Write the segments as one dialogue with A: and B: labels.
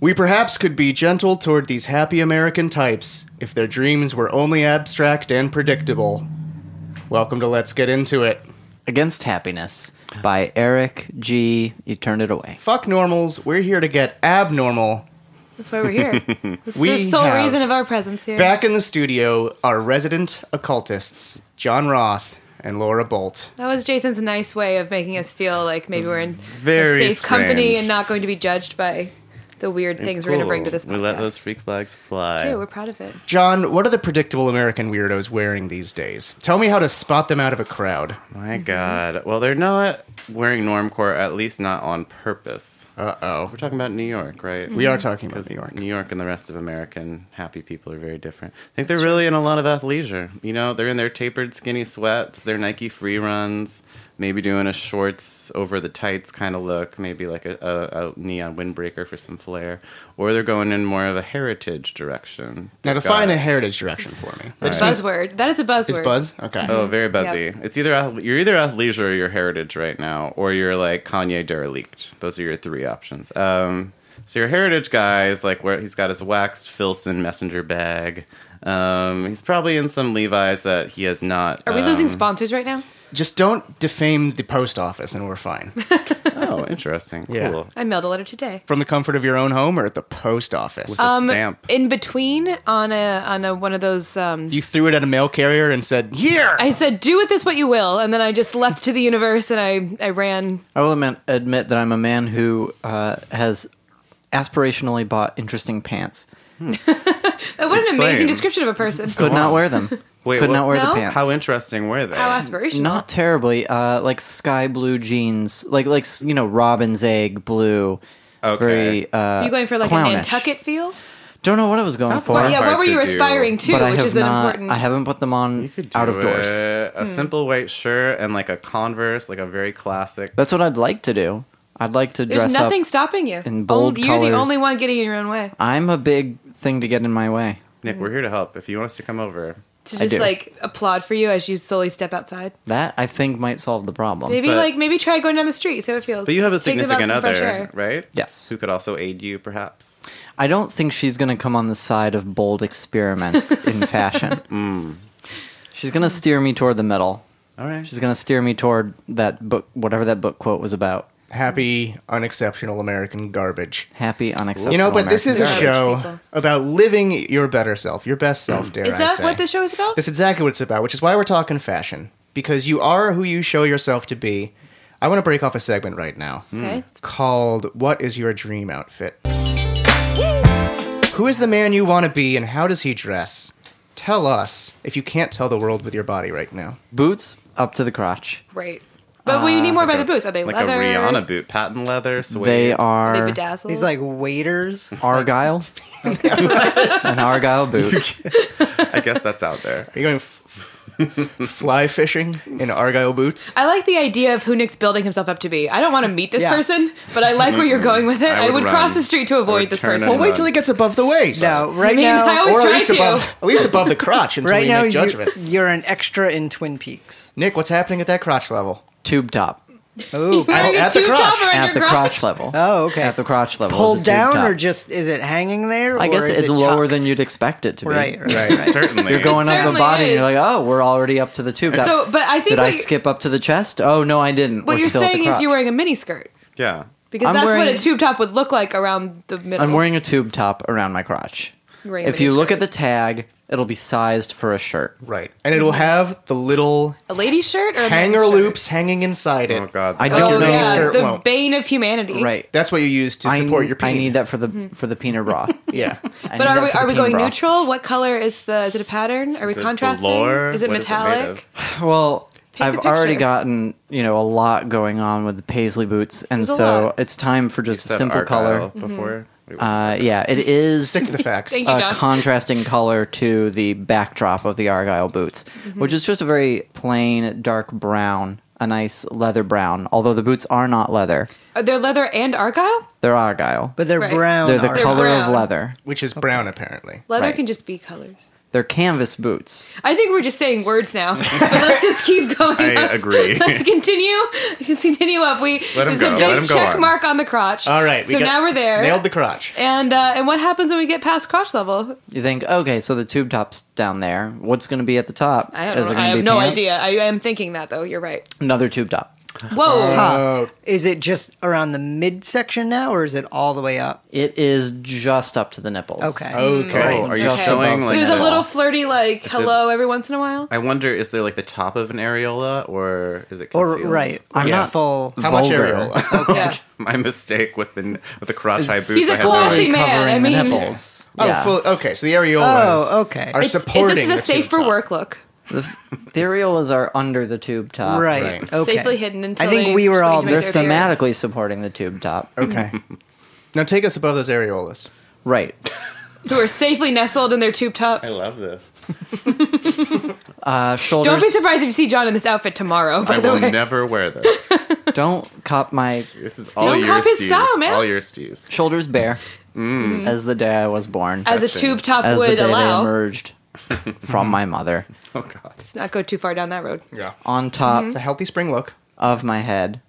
A: We perhaps could be gentle toward these happy American types if their dreams were only abstract and predictable. Welcome to Let's Get Into It.
B: Against Happiness by Eric G. You turned it away.
A: Fuck normals, we're here to get abnormal.
C: That's why we're here. That's
A: We
C: the sole
A: have-
C: reason of our presence here.
A: Back in the studio are resident occultists John Roth and Laura Bolt.
C: that was Jason's nice way of making us feel like maybe we're in
D: Very
C: safe company
D: strange.
C: and not going to be judged by the weird
D: It's
C: things we're going to
D: cool.
C: bring to this podcast.
D: We let those freak flags fly.
C: too. We're proud of it.
A: John, what are the predictable American weirdos wearing these days? Tell me how to spot them out of a crowd.
D: My
C: Mm-hmm.
D: God. Well, they're not wearing normcore, at least not on purpose.
A: Uh oh.
D: We're talking about New York, right?
C: Mm-hmm.
A: We are talking about
D: Because
A: New York.
D: and the rest of American happy people are very different. I think they're really in a lot of athleisure. You know, they're in their tapered skinny sweats, their Nike free runs, maybe doing a shorts over the tights kind of look, maybe like a, a, a neon windbreaker for some flair, or they're going in more of a heritage direction.
A: Now
D: They've
A: define
D: got-
A: a heritage direction for me.
C: It's buzzword. That is a buzzword.
A: Is Buzz? Okay.
D: Oh, very buzzy.
C: Mm-hmm. Yep.
D: It's either ath- you're either athleisure or you're heritage right now, or you're like Kanye derelict. Those are your three options. Um, so your heritage guy is like where he's got his waxed Filson messenger bag. Um, he's probably in some Levi's that he has not.
C: Are we losing
D: um,
C: sponsors right now?
A: Just don't defame the post office and we're fine.
D: Oh, interesting.
A: Yeah.
D: Cool.
C: I mailed a letter today.
A: From the comfort of your own home or at the post office?
D: a
C: Um,
D: stamp.
C: in between on a on a one of those. Um,
A: you threw it at a mail carrier and said, Here!
C: I said, "Do with this what you will," and then I just left to the universe and I I ran.
B: I will admit, admit that I'm a man who uh, has aspirationally bought interesting pants.
C: Oh, what an amazing
D: Explain.
C: description of a person.
B: Could not wear them.
D: Wait,
B: Could
D: what-
B: not wear
C: No?
B: the pants.
D: How interesting were they?
C: How aspirational.
B: not terribly. Uh, like sky blue jeans, like like you know robin's egg blue.
D: Okay.
B: Very. Uh,
C: you going for like
B: clownish.
C: a Nantucket feel?
B: Don't know what I was going for.
C: Well,
D: not
C: yeah,
D: hard
C: what were
D: to
C: you
D: do.
C: aspiring to,
B: but I
C: which
B: have
C: is an
B: not.
C: important.
B: I haven't put them on out of
D: Do
B: doors.
D: it.
C: Hmm.
D: A simple white shirt and like a Converse, like a very classic.
B: That's what I'd like to do. I'd like to
C: There's
B: dress
C: nothing
B: up.
C: stopping you.
B: in bold
C: Only- You're the
B: colours.
C: only one getting in your own way.
B: I'm a big thing to get in my way.
D: Nick, we're here to help. If you want us to come over,
C: To
B: do.
C: just like applaud for you as you slowly step outside.
B: That I think might solve the problem.
C: Maybe
D: But-
C: like maybe try going down the street, see how it feels.
D: but you have a
C: Just take them out
D: significant
C: some fresh
D: other,
C: air.
D: right?
B: Yes.
D: Who could also aid you, perhaps.
B: I don't think she's going to come on the side of bold experiments in fashion.
E: Mm.
B: She's going to steer me toward the middle.
D: All right.
B: She's going to steer me toward that book, whatever that book quote was about.
A: Happy, unexceptional American garbage.
B: Happy, unacceptable.
A: You know, but this is
B: American
A: a
C: Garbage
A: show
C: people.
A: about living your better self, your best self, dare
C: Is
A: I
C: that
A: say.
C: what the show is about?
A: That's exactly what it's about, which is why we're talking fashion. Because you are who you show yourself to be. I want to break off a segment right now
D: Hmm.
C: okay.
A: called What is Your Dream Outfit? Who is the man you want to be and how does he dress? Tell us if you can't tell the world with your body right now.
B: boots up to the crotch.
C: Right. But what you need more by the boots. Are they
D: Ah, like
C: leather?
D: a Rihanna boot, patent leather, suede.
B: They
C: Are they
B: are
C: bedazzled?
E: These like waiters.
B: argyle. An argyle boot.
D: I guess that's out there.
A: Are you going f- fly fishing in Argyle boots?
C: I like the idea of who Nick's building himself up to be. I don't want to meet this
E: Yeah.
C: person, but I like where you're going with it.
D: I
C: I would,
D: would
C: cross
D: run.
C: the street to
D: I
C: avoid
D: would
C: this
D: turn
C: person.
D: and
A: Well, wait
D: run.
A: till it gets above the waist.
E: No, right
C: I mean,
E: now,
C: I always
A: Or at
C: try
A: least,
C: to.
A: above, at least above the crotch until
E: right
A: we
E: now,
A: make
E: you,
A: judgment.
E: you're an extra in Twin Peaks.
A: Nick, what's happening at that crotch level?
B: Tube top.
E: Oh,
A: I-
C: Wearing a
A: at the
C: tube
A: crotch.
C: top around
B: At
C: your
B: the crotch level.
E: oh, okay.
B: At the crotch level. is a
E: Pulled
B: tube
E: down
B: top.
E: or just is it hanging there?
B: I
E: or
B: guess
E: is
B: it's
E: it
B: lower
E: tucked?
B: than you'd expect it to be.
E: Right, right.
D: Certainly.
B: You're going
C: It
B: up the
C: certainly
B: body, and you're
C: is.
B: like, oh, we're already up to the tube. That-
C: So, but I think
B: did
C: what
B: I
C: you-
B: skip up to the chest? Oh no, I didn't.
C: What
B: We're
C: you're
B: still at the
C: saying is
B: crotch.
C: you're wearing a mini skirt
D: Yeah.
C: because
B: I'm
C: that's what
B: wearing-
C: a tube top would look like around the middle.
B: I'm wearing a tube top around my crotch.
C: You're wearing a
B: If you look
C: miniskirt.
B: at the tag, it'll be sized for a shirt.
A: Right. And it'll have the little
C: a lady's shirt or a men's
A: hanger
C: shirt?
A: loops hanging inside it.
D: Oh God.
B: I
D: I
B: don't
C: Oh
B: know.
C: yeah,
A: Skirt
C: the
A: won't.
C: bane of humanity.
B: Right.
A: That's what you use to
B: I
A: support
B: n-
A: your peen.
B: I need that for the for the peanut bra.
A: Yeah.
B: I need
C: Mm-hmm. But are
B: that
C: we
B: for the
C: are we
B: peanut
C: going
B: bra.
C: neutral? What color is the? Is it a pattern? Are we
D: Is it
C: contrasting?
D: velour?
C: Is it
D: What is it made
C: metallic?
D: of?
B: Well,
C: a
B: I've already
C: picture.
B: gotten you know a lot going on with the paisley boots, and
C: There's a
B: so
C: lot.
B: it's time for just a
D: Said
B: simple
D: Argyle
B: color.
D: Before.
C: Mm-hmm.
D: Wait, what's-
B: Uh, yeah, it is
A: Stick to the facts.
C: Thank you.
B: a
C: John.
B: contrasting color to the backdrop of the Argyle boots,
C: Mm-hmm.
B: which is just a very plain dark brown, a nice leather brown. Although the boots are not leather,
C: Are there leather and argyle?
B: they're Argyle.
E: But they're
C: Right.
E: brown.
B: they're the
E: are-
C: They're
B: color
C: brown.
B: of leather.
A: Which is brown, apparently.
C: Leather
B: Right.
C: can just be colors.
B: They're canvas boots.
C: I think we're just saying words now. But let's just keep going.
D: I
C: up.
D: agree.
C: Let's continue. Just continue up. We
D: Let 'em
C: there's a
D: go.
C: big
D: Let 'em go
C: check
D: on.
C: mark on the crotch.
A: All right.
C: So now we're there.
A: Nailed the crotch.
C: and uh, and what happens when we get past crotch level?
B: You think, okay, so the tube top's down there. What's going to be at the top?
C: I
B: Is
C: don't
B: there
C: know.
B: gonna
C: I have
B: be
C: no
B: pants?
C: idea. I am thinking that though. You're right.
B: Another tube top.
C: Whoa.
A: Uh,
E: Is it just around the midsection now, or is it all the way up?
B: It is just up to the nipples.
E: Okay.
A: okay.
D: Oh, are you
C: Okay.
D: showing
B: So
C: so
D: like?
C: there's
B: Like
C: a
B: that.
C: little flirty like
D: a-
C: hello every once in a while.
D: I wonder, is there like the top of an areola, or is it
E: Or
D: concealed?
E: right?
B: I'm
E: or
B: not-
E: full.
A: How much
B: Vulgar.
A: areola?
C: Yeah.
D: My mistake with the with the crotch high boots.
C: He's a
D: I had no
C: classy
D: idea.
C: man. I
B: Covering the
C: mean-
B: nipples.
A: Oh,
B: yeah.
A: full, okay. So the areolas
E: Oh, okay.
A: are
E: It's-
A: supporting.
C: it's just a
A: the tube
C: safe for
A: top.
C: work look.
B: The areolas are under the tube top.
E: Right.
A: Right.
E: Okay.
C: Safely hidden until
E: I think
C: they
E: we were
C: just
E: all
C: need to
B: They're
C: make Right
E: mis-
C: there, there.
B: thematically supporting the tube top.
A: Okay. now take us above those areolas.
B: Right.
C: Who are safely nestled in their tube top.
D: I love this.
B: Uh, shoulders.
C: Don't be surprised if you see John in this outfit tomorrow, by
D: I
C: the
D: will
C: way.
D: never wear this.
B: don't cop my
D: This is all
C: Don't
D: your
C: copy his
D: stews.
C: style, man.
D: All your stews.
B: shoulders bare as the day I was born.
C: As a
D: touching.
C: tube top
B: as the
C: would
B: day they
C: allow.
B: emerged from my mother.
D: Oh god.
C: Let's not go too far down that road.
A: Yeah.
B: On
C: Mm-hmm.
B: top
A: It's a healthy spring look.
B: of my head,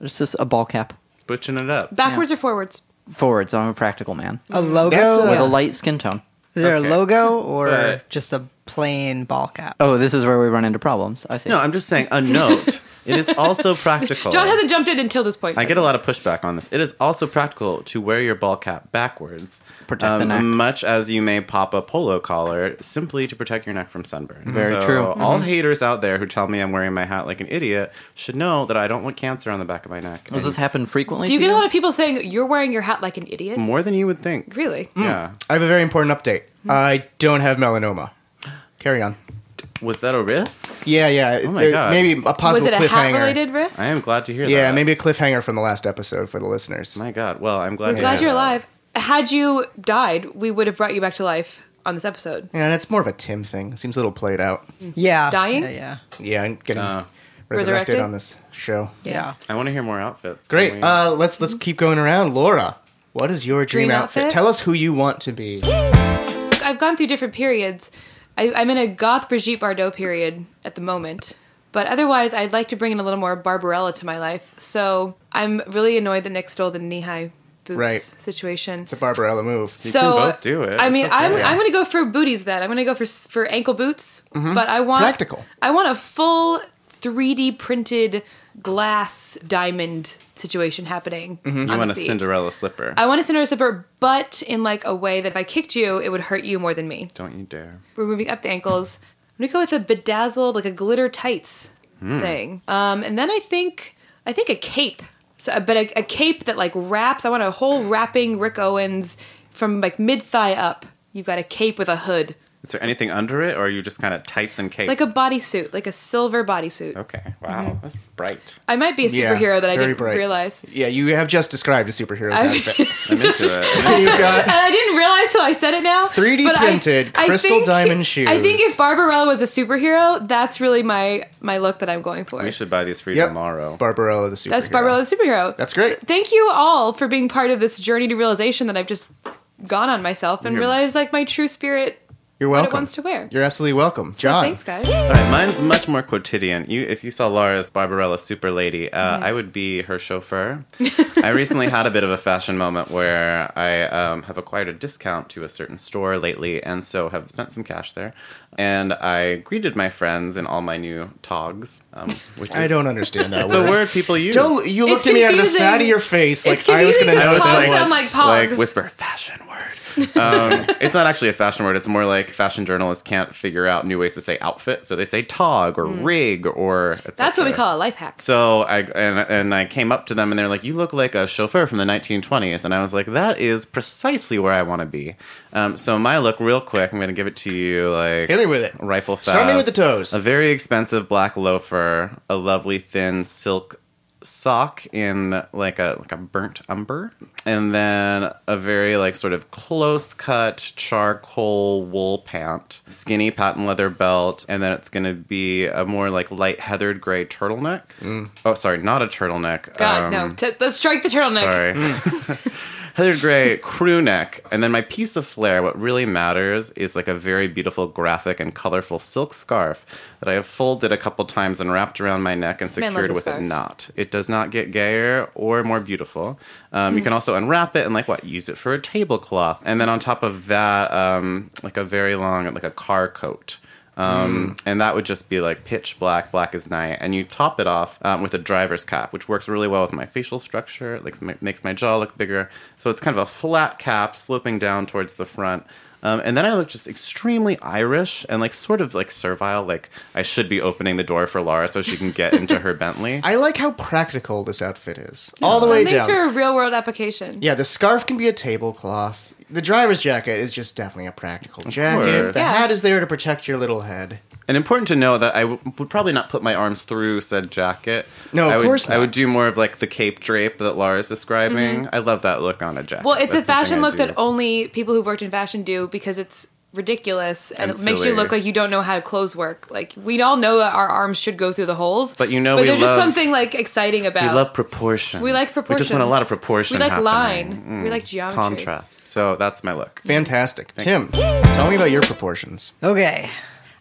B: there's just a ball cap.
D: Butching it up.
C: Backwards or forwards?
B: Forward, so I'm a practical man.
E: A logo?
A: That's a-
B: With
A: Yeah.
B: a light skin tone.
E: is there
D: Okay.
E: a logo or
D: But-
E: just a plain ball cap?
B: Oh, this is where we run into problems. I see.
D: No, I'm just saying a note. it is also practical.
C: John hasn't jumped in until this point.
D: Oh. I get a lot of pushback on this. It is also practical to wear your ball cap backwards, um,
B: Protect the neck.
D: much as you may pop a polo collar simply to protect your neck from sunburn.
B: Very
D: So
B: true. Mm-hmm.
D: All haters out there who tell me I'm wearing my hat like an idiot should know that I don't want cancer on the back of my neck.
B: Does
D: And
B: this happen frequently?
C: Do you
B: to
C: get a lot of people saying you're wearing your hat like an idiot?
D: more than you would think?
C: Really?
D: Yeah.
A: I have a very important update. I don't have melanoma. Carry on.
D: Was that a risk?
A: Yeah, yeah.
D: Oh my
A: there-
D: God.
A: Maybe a
C: Was
A: possible
C: it a hat
A: cliffhanger.
C: related risk?
D: I am glad to hear that.
A: Yeah, maybe a cliffhanger from the last episode for the listeners.
D: My God. Well, I'm glad.
C: We're
D: to
C: glad
D: hear
C: you're
D: that.
C: alive. Had you died, we would have brought you back to life on this episode.
A: Yeah, that's more of a Tim thing. It seems a little played out.
E: Yeah.
C: Dying?
E: Yeah. Yeah.
A: Yeah, I'm getting
D: Uh.
A: resurrected
C: Resurrected?
A: on this show.
E: yeah.
D: I want to hear more outfits. Can
A: Great.
D: we-
A: Uh, let's let's keep going around. Laura, what is your dream,
C: Dream
A: outfit?
C: outfit?
A: Tell us who you want to be.
C: I've gone through different periods. I, I'm in a goth Brigitte Bardot period at the moment. But otherwise, I'd like to bring in a little more Barbarella to my life. So I'm really annoyed that Nick stole the knee high boots
A: Right.
C: situation.
A: It's a Barbarella move.
D: You
C: so
D: can both do it.
C: I mean,
D: It's okay.
C: I'm, I'm going to go for booties then. I'm going to go for s- for ankle boots,
D: Mm-hmm.
C: but I want
A: Practical.
C: I want a full 3D printed glass diamond situation happening.
D: Mm-hmm. You want a Cinderella slipper?
C: I want a Cinderella slipper, but in like a way that if I kicked you, it would hurt you more than me.
D: Don't you dare.
C: We're moving up the ankles. I'm gonna go with a bedazzled, like a glitter tights
A: Hmm.
C: thing. Um, and then I think I think a cape, so, uh, but a, a cape that like wraps. I want a whole wrapping Rick Owens from like mid thigh up. You've got a cape with a hood,
D: Is there anything under it, or are you just kind of tights and cape?
C: like a bodysuit, like a Mm-hmm. silver bodysuit.
D: okay. Wow, that's bright.
C: I might be a
A: Yeah,
C: superhero that I
A: very
C: didn't
A: bright.
C: realize.
A: Yeah, you have just described a superhero's
C: I-
A: outfit.
D: I'm into it.
A: You've got
C: And I didn't realize till I said it now.
A: 3D
C: but I-
A: printed crystal diamond shoes.
C: I think if Barbarella was a superhero, that's really my my look that I'm going for.
D: we should buy these for you
A: yep.
D: tomorrow.
A: Barbarella the superhero.
C: That's Barbarella the superhero.
A: That's great.
C: thank you all for being part of this journey to realization that I've just gone on myself and
D: You're-
C: realized like my true spirit
A: You're
C: what
A: welcome.
C: it wants to wear.
A: You're absolutely welcome, John.
C: Thanks, guys.
D: All right, mine's much more quotidian. You, if you saw Laura's Barbarella Super Lady, uh,
C: Mm-hmm.
D: I would be her chauffeur. I recently had a bit of a fashion moment where I um, have acquired a discount to a certain store lately, and so have spent some cash there. And I greeted my friends in all my new togs, um, which is
A: I don't understand that
D: it's a
A: word.
D: word people use.
A: Don't you looked at me out of the
C: confusing.
A: side of your face like
C: it's
A: I was
C: confusing
A: going to
C: because
A: know
D: was
C: togs
D: like-
A: something.
C: sound like pogs.
D: like whisper fashion word. Um, it's not actually a fashion word. It's more like fashion journalists can't figure out new ways to say outfit, so they say tog or rig or. et
C: Mm. That's what we
D: cetera.
C: call a life hack.
D: So I and and I came up to them and they're like, "You look like a chauffeur from the 1920s," and I was like, "That is precisely where I want to be." Um, so my look, real quick, I'm gonna give it to you, like
A: Hit me with it.
D: rifle fast.
A: Start me with the toes.
D: A very expensive black loafer, a lovely thin silk sock in like a like a burnt umber, and then a very like sort of close cut charcoal wool pant, skinny patent leather belt, and then it's gonna be a more like light heathered gray
A: Mm.
D: turtleneck. Oh, sorry, not a turtleneck.
C: God,
D: um,
C: no. T- let's strike the turtleneck.
D: Sorry. Heather Gray crew neck, and then my piece of flair. What really matters is like a very beautiful, graphic, and colorful silk scarf that I have folded a couple times and wrapped around my neck and
C: man loves
D: secured
C: a
D: with a
C: scarf.
D: knot. It does not get gayer or more beautiful. Um, You can also unwrap it and like what use it for a tablecloth, and then on top of that, um, like a very long, like a car coat. Um, And that would just be like pitch black, black as night. And you top it off um, with a driver's cap, which works really well with my facial structure. It makes my, makes my jaw look bigger. So it's kind of a flat cap sloping down towards the front. Um, and then I look just extremely Irish and like sort of like servile. Like I should be opening the door for Laura so she can get into her Bentley.
A: I like how practical this outfit is, all the way
C: It makes
A: down.
C: for a real world application.
A: Yeah, the scarf can be a tablecloth. The driver's jacket is just definitely a practical jacket.
D: course.
A: The
C: Yeah.
A: hat is there to protect your little head.
D: And important to know that I w- would probably not put my arms through said jacket.
A: No, of
D: I would,
A: course
D: I
A: not.
D: would do more of like the cape drape that Laura's describing. I love that look on a jacket.
C: Mm-hmm. Well, it's
D: That's
C: a
D: something
C: fashion
D: I
C: look
D: do.
C: that only people who've worked in fashion do because it's ridiculous and,
D: And
C: it makes you
D: silly.
C: look like you don't know how clothes work. Like we all know that our arms should go through the holes,
D: But you know
C: but
D: we
C: there's just
D: love-
C: something like exciting about.
D: We love proportion.
C: We like
D: We just want a lot of
C: proportions.
D: proportion.
C: We like
D: happening. Mm.
C: line. We like geometry.
D: Contrast. So that's my look.
A: Fantastic. Tim, tell me about your proportions.
E: Okay.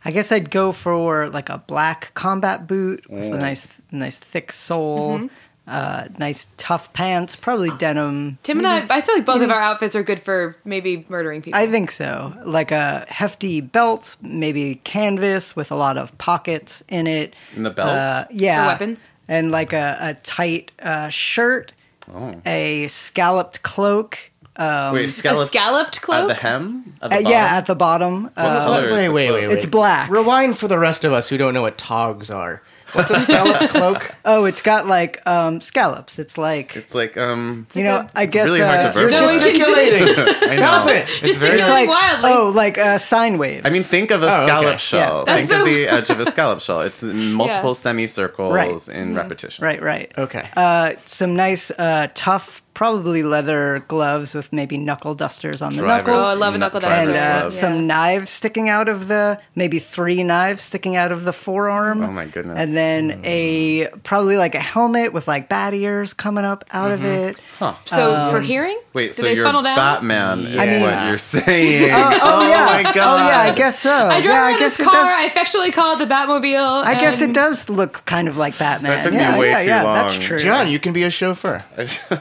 E: I guess I'd go for like a black combat boot with
D: Mm.
E: a nice, nice thick sole,
C: Mm-hmm.
E: uh, nice tough pants, probably denim.
C: Tim and I, I feel like both of our outfits are good for maybe murdering people.
E: I think so. Like a hefty belt, maybe canvas with a lot of pockets in it.
D: In the belt?
E: Uh, yeah.
C: For weapons?
E: And like a, a tight uh, shirt,
D: Oh.
E: a scalloped cloak.
D: Wait,
C: Uh, um, a scalloped
D: At
C: cloak.
D: the hem? At the
E: Uh,
D: bottom?
E: yeah, at the bottom.
D: What
E: Uh,
D: color is
A: wait,
D: the
A: wait,
D: cloak?
A: wait, wait.
E: it's black.
A: Rewind for the rest of us who don't know what togs are. What's a scalloped cloak?
E: oh, it's got like um, scallops. It's like,
D: It's like, um,
E: you know, I guess.
D: really hard to
E: uh,
D: verbalize.
A: You're
C: No, it's-
A: gesticulating.
D: I
A: Stop
D: know.
A: it.
C: Just
D: very-
E: It's
C: Really
E: like,
C: wildly.
E: oh, like uh, sine waves.
D: I mean, think of a
A: Oh, okay.
D: scallop
A: Yeah.
D: shell.
E: That's
D: Think
C: the-
D: of the edge of a scallop shell. It's in multiple semicircles
E: Right.
C: Mm-hmm.
D: in repetition.
E: right, right.
A: Okay.
E: Uh, some nice, uh, tough, probably leather gloves with maybe knuckle dusters on the
D: Driver's-
E: knuckles.
C: Oh, I love a
D: not-
C: knuckle
D: driver's
E: and uh,
D: glove.
C: gloves.
E: some knives sticking out of the maybe three knives sticking out of the forearm.
D: Oh my goodness.
E: And then a probably like a helmet with like bat ears coming up out of
D: Mm-hmm.
E: it.
C: so for
E: Um,
C: hearing,
D: Wait,
C: do
D: so
C: they
D: you're
C: funnel down?
D: Batman is
A: I
E: mean-
D: what you're saying.
E: Oh, oh, yeah.
D: uh, my
E: Oh yeah, I
D: God.
E: guess so.
C: I drove
E: yeah,
C: around
E: I guess
C: this
E: it
C: car. I
E: does.
C: affectionally call it the Batmobile.
E: I guess it
C: and-
E: does look kind of like Batman.
D: That took me
E: yeah,
D: way
E: yeah,
D: too
E: yeah,
D: long.
E: That's true.
A: John, you can be a chauffeur.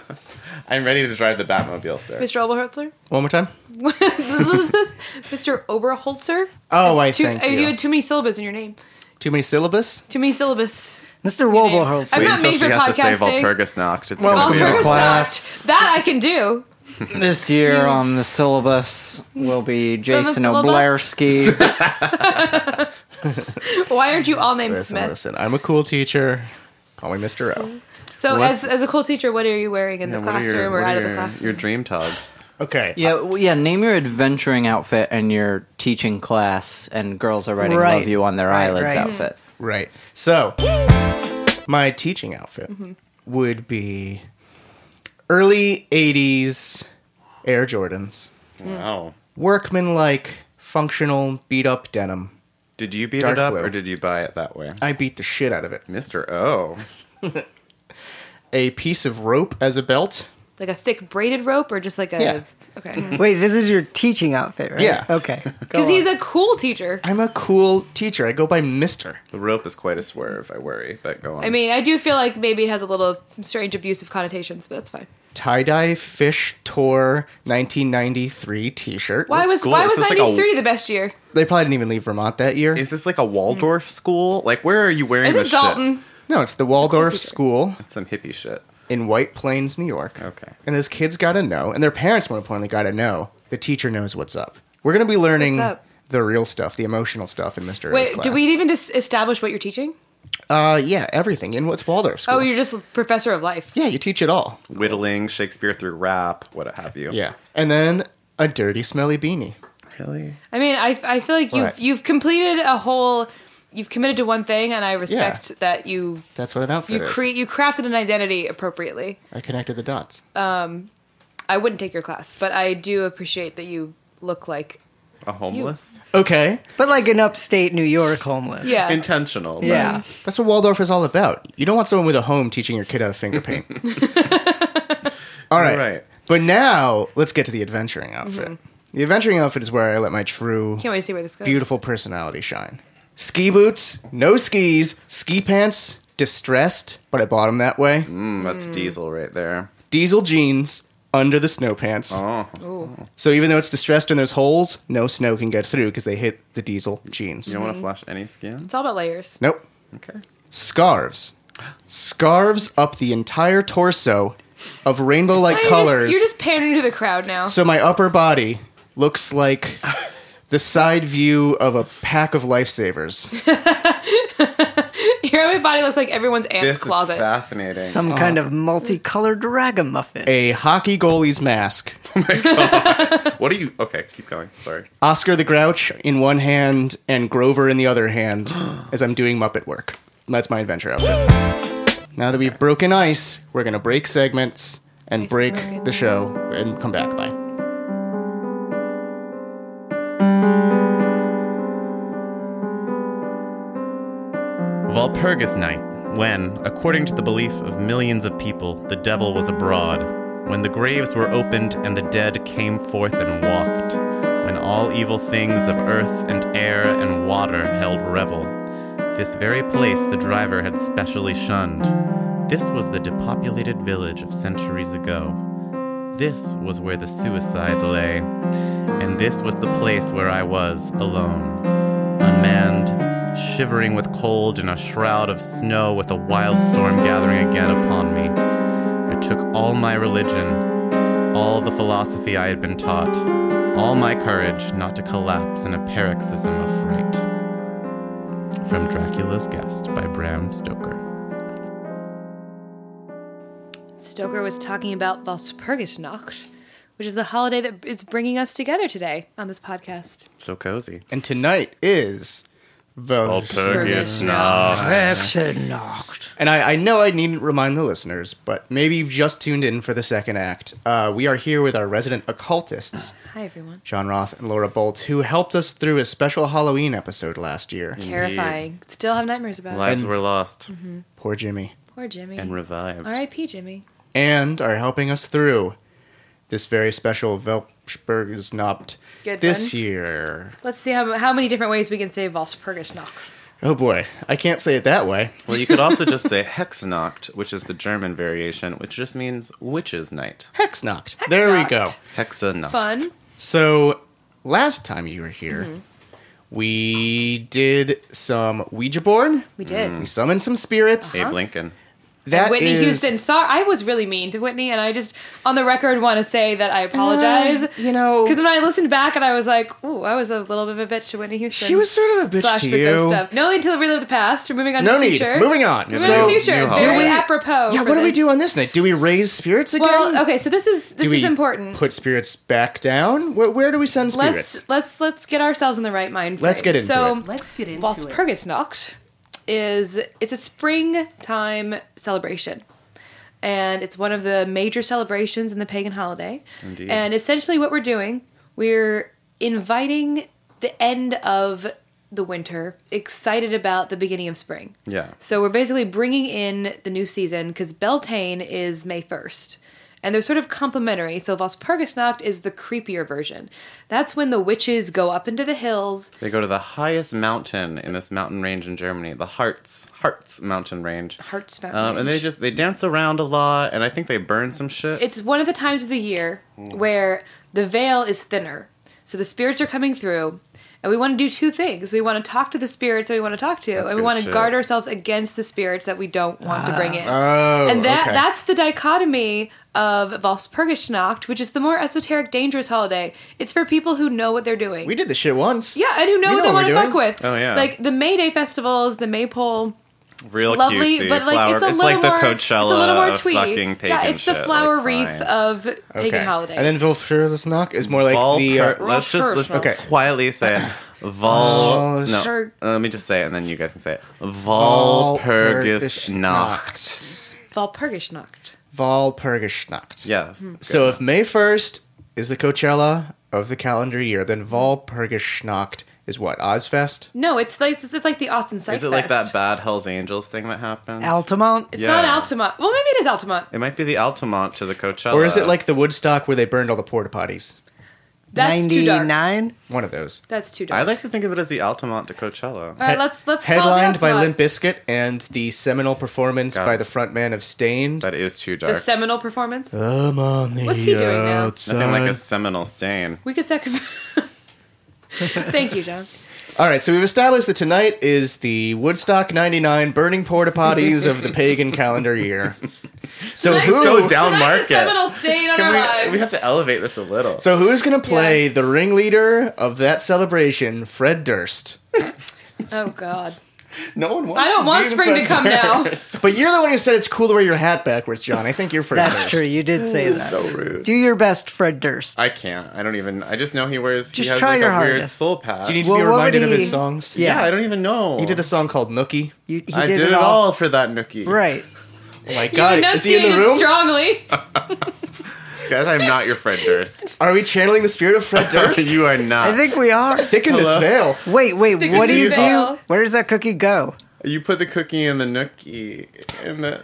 D: I'm ready to drive the Batmobile, sir.
C: Mr. Oberholzer,
A: One more time.
C: Mr. Oberholzer.
A: Oh, I
C: Too,
A: thank
C: uh, you
A: you.
C: had too many syllables in your name.
A: Too many syllabus?
C: Too many syllables.
E: Mr.
C: I'm
D: Wait
E: Wobble
C: not
D: until
C: made
D: she
C: for
D: has to save
C: podcasting.
D: Walpurgis Knocked. It's
A: Welcome
D: gonna be
B: to
D: a-
C: Oberholzer.
B: class.
C: That I can do.
B: This year on the syllabus will be Jason
C: Mm. syllabus?
B: Oblarsky.
C: Why aren't you all named
A: Listen,
C: Smith?
A: listen. I'm a cool teacher. Call me Mr. O.
C: So,
D: What's-
C: as, as a cool teacher, what are you wearing in
D: Yeah,
C: the
D: what are your-
C: classroom or
D: what
C: out
D: are
C: of the
D: your-
C: classroom?
D: Your dream togs.
A: Okay.
B: yeah, well, yeah. Name your adventuring outfit and your teaching class, and girls are writing
E: Right.
B: "Love You" on their
E: Right,
B: eyelids
E: right.
B: outfit.
A: Right. So, my teaching outfit would be early 80s Air Jordans,
D: Wow.
A: workman like, functional, beat up denim.
D: Did you beat
A: Dark
D: it up
A: blue.
D: or did you buy it that way?
A: I beat the shit out of it.
D: Mr. O.
A: A piece of rope as a belt.
C: like a thick braided rope or just like a.
A: Yeah.
C: Okay.
E: Wait, this is your teaching outfit, right?
A: Yeah.
E: Okay. go
C: Because
E: on.
C: he's a cool teacher.
A: I'm a cool teacher. I go by Mr.
D: The rope is quite a swerve, I worry, but go on.
C: I mean, I do feel like maybe it has a little some strange abusive connotations, but that's fine.
A: Tie dye fish tour 1993 t shirt.
C: Why was
D: school-
C: why
D: this
C: was
D: is like a-
C: ninety three the best year?
A: They probably didn't even leave Vermont that year.
D: is this like a Waldorf school? Like, where are you wearing
C: Is
D: this
C: this Dalton?
D: shit?
A: no, it's the Waldorf
C: teacher.
A: School
D: It's some hippie shit.
A: in White Plains, New York.
D: Okay.
A: And those kids got to know, and their parents, more importantly, got to know the teacher knows what's up. We're going to be learning
C: What's up?
A: the real stuff, the emotional stuff in Mr. O's
C: Wait,
A: class.
C: do we even dis- establish what you're teaching?
A: Uh, yeah, everything. In what's Waldorf School?
C: Oh, you're just a professor of life.
A: yeah, you teach it all.
D: Whittling, Shakespeare through rap, what have you.
A: Yeah. And then a dirty, smelly beanie.
D: Really?
C: I mean, I, I feel like you've
A: What?
C: you've completed a whole, you've committed to one thing, and I respect
A: Yeah.
C: that you
A: That's what an outfit
C: you
A: is.
C: create you crafted an identity appropriately.
A: I connected the dots.
C: I wouldn't take your class, but I do appreciate that you look like
D: A homeless?
A: Okay.
E: But like an upstate New York homeless.
C: yeah.
D: Intentional. but-
E: Yeah.
A: That's what Waldorf is all about. You don't want someone with a home teaching your kid how to finger paint. all right.
D: Right.
A: But now let's get to the adventuring outfit. The adventuring outfit is where I let my true
C: Can't wait to see where this goes.
A: beautiful personality shine. Ski boots, no skis, ski pants, distressed, but I bought them that way.
D: Mm, that's Diesel right there.
A: Diesel jeans, under the snow pants.
D: Oh,
C: Ooh.
A: So even though it's distressed and there's holes, no snow can get through because they hit the diesel jeans.
D: you don't
C: Mm-hmm.
D: want to flush any skin.
C: It's all about layers.
A: Nope.
D: Okay.
A: Scarves. Scarves up the entire torso of rainbow like
C: You're just-
A: colors.
C: you're just pandering to the crowd now.
A: So my upper body looks like the side view of a pack of lifesavers.
C: Your whole body looks like everyone's aunt's
D: This
C: closet.
D: is fascinating.
E: Some kind of multicolored ragamuffin.
A: A hockey goalie's mask.
D: what are you? Okay, keep going. Sorry.
A: Oscar the Grouch in one hand and Grover in the other hand as I'm doing Muppet work. That's my adventure outfit. Now that we've broken ice, we're going to break segments and break the show and come back. Bye.
D: Walpurgis Night, when, according to the belief of millions of people, the devil was abroad, when the graves were opened and the dead came forth and walked, when all evil things of earth and air and water held revel, this very place the driver had specially shunned. This was the depopulated village of centuries ago. This was where the suicide lay, and this was the place where I was alone unmanned, shivering with cold in a shroud of snow with a wild storm gathering again upon me. I took all my religion, all the philosophy I had been taught, all my courage not to collapse in a paroxysm of fright. From Dracula's Guest by Bram Stoker.
C: Stoker was talking about Walpurgisnacht, which is the holiday that is bringing us together today on this podcast.
D: So cozy.
A: And tonight is the.
E: Rexenacht.
A: And I, I know I needn't remind the listeners, but maybe you've just tuned in for the second act. Uh, we are here with our resident occultists,
C: Hi, everyone.
A: John Roth and Laura Bolt, who helped us through a special Halloween episode last year.
C: Terrifying. Still have nightmares about
D: Lives
A: And-
D: were lost
C: Mm-hmm.
A: Poor Jimmy.
C: it. Poor Jimmy.
D: and revived.
C: R.I.P. Jimmy.
A: and are helping us through this very special Velpsbergsnacht
C: Good
A: this
C: one.
A: year.
C: Let's see how, how many different ways we can say Walpurgisnacht.
A: Oh boy, I can't say it that way.
D: Well, you could also just say Hexnacht, which is the German variation, which just means witches' night.
A: Hexnacht. There we go.
C: Hexnacht.
D: Hexanacht.
C: Fun.
A: So, last time you were here,
C: Mm-hmm.
A: we did some Ouija board.
C: We did.
A: We summoned some spirits.
D: Abe Lincoln.
A: That
C: And Whitney
A: is-
C: Houston. Sorry, I was really mean to Whitney, and I just, on the record, want to say that I apologize.
A: you know-
C: because when I listened back and I was like, "Ooh, I was a little bit of a bitch to Whitney Houston."
A: She was sort of a bitch
C: slash
A: to
C: the
A: you.
C: ghost of. No need to relive the past. We're moving on
A: No
C: to the
A: need.
C: future.
A: Moving on.
C: Moving
A: So-
C: on to the future.
D: New hope.
C: Very
A: Do we-
C: apropos.
A: yeah,
C: for
A: what do we
C: this.
A: do on this night? Do we raise spirits again?
C: Well, okay, so this is this
A: Do
C: is
A: we
C: important.
A: Put spirits back down. Where, where do we send spirits?
C: Let's let's let's get ourselves in the right mind. Frame.
A: Let's get into
C: so,
A: it.
F: Let's get into it.
C: Walpurgisnacht is it's a springtime celebration. And it's one of the major celebrations in the pagan holiday.
D: Indeed.
C: And essentially what we're doing, we're inviting the end of the winter, excited about the beginning of spring.
D: Yeah.
C: So we're basically bringing in the new season because Beltane is May 1st. And they're sort of complementary. So Valspurgisnacht is the creepier version. That's when the witches go up into the hills
D: They go to the highest mountain in this mountain range in Germany, the Harz, Harz mountain range.
C: Harz Mountain
D: Um, and they
C: Range.
D: just they dance around a lot, and I think they burn some shit.
C: it's one of the times of the year where the veil is thinner. So the spirits are coming through, and we want to do two things. We want to talk to the spirits that we want to talk to, and we
D: good
C: want to
D: shit.
C: guard ourselves against the spirits that we don't want to bring in.
A: Oh,
C: and that
A: okay.
C: that's the dichotomy of Walpurgisnacht, which is the more esoteric, dangerous holiday. It's for people who know what they're doing.
A: We did this shit once.
C: yeah, and who know
A: We
C: what they want to
A: we're
C: fuck
A: doing.
C: with.
D: Oh, yeah.
C: Like the May Day festivals, the Maypole
D: Real
C: lovely,
D: cutesy
C: but like
D: flower-
C: it's a little more
D: like the Coachella
C: it's a little more
D: of
C: twee.
D: fucking pagan
C: yeah, it's the
D: shit,
C: flower
D: like,
C: wreath
D: fine.
C: of
A: Okay.
C: pagan holidays.
A: And then Volschursnacht is more like
D: Vol
A: the.
D: per-
A: uh,
D: let's just let's
A: Okay.
D: quietly say it. Vol.
A: Vol-
D: no,
C: Per-
D: let me just say it, and then you guys can say it. Volpurgisnacht.
A: Volpurgisnacht.
C: Walpurgisnacht.
A: Volpurgisnacht.
D: Yes.
C: Hmm,
A: So if May 1st is the Coachella of the calendar year, then Volpurgisnacht is what Ozfest.
C: No, it's like it's, it's like the Austin Psych
D: Is it like
C: Fest.
D: that bad Hell's Angels thing that happened?
E: Altamont.
C: It's not
D: Yeah.
C: Altamont. Well, maybe it is Altamont.
D: it might be the Altamont to the Coachella.
A: Or is it like the Woodstock where they burned all the porta potties?
C: That's too dark.
E: 99?
A: One of those.
C: That's too dark.
D: I like to think of it as the Altamont to Coachella.
C: All right, let's let's call it
A: headlined by
C: Altamont.
A: Limp Bizkit and the seminal performance
D: Got
A: by
D: it.
A: the frontman of Stained.
D: That is too dark.
C: the seminal performance.
A: I'm on the
C: What's he doing now?
D: Nothing like a seminal stain.
C: We could sacrifice. Thank you, John.
A: All right, so we've established that tonight is the Woodstock 99 burning porta potties of the pagan calendar year. So
C: Nice.
A: who
D: So down
C: so
D: market.
C: That's a seminal stain on our
D: Can we,
C: lives.
D: we have to elevate this a little.
A: so who's going to play
C: Yeah.
A: the ringleader of that celebration, Fred Durst?
C: oh God,
A: No one wants
C: I don't want spring to come now.
A: But you're the one who said it's cool to wear your hat backwards, John. I think you're Fred
E: That's
A: Durst.
E: true. You did say that.
D: so rude.
E: Do your best, Fred Durst.
D: I can't. I don't even. I just know he wears. he
E: Just
D: has
E: try
D: like
E: your
D: a weird
E: hardest.
D: soul patch.
A: Do you need to
E: Well,
A: be
E: what would
A: reminded of
E: he-
A: his songs?
E: Yeah.
D: yeah. I don't even know.
A: He did a song called Nookie.
E: You, he
D: I
E: did,
D: did it all for that nookie.
E: Right.
A: Oh my
C: you
A: god, is he in the
C: enunciated
A: room?
C: strongly.
D: Guys, I'm not your Fred Durst.
A: Are we channeling the spirit of Fred Durst?
D: you are not.
E: I think we are.
A: Thicken this
D: Hello?
A: veil.
E: Wait, wait.
C: Think
E: What do
C: you
E: you
C: fail.
E: do? Where does that cookie go?
D: you put the cookie in the nookie in the.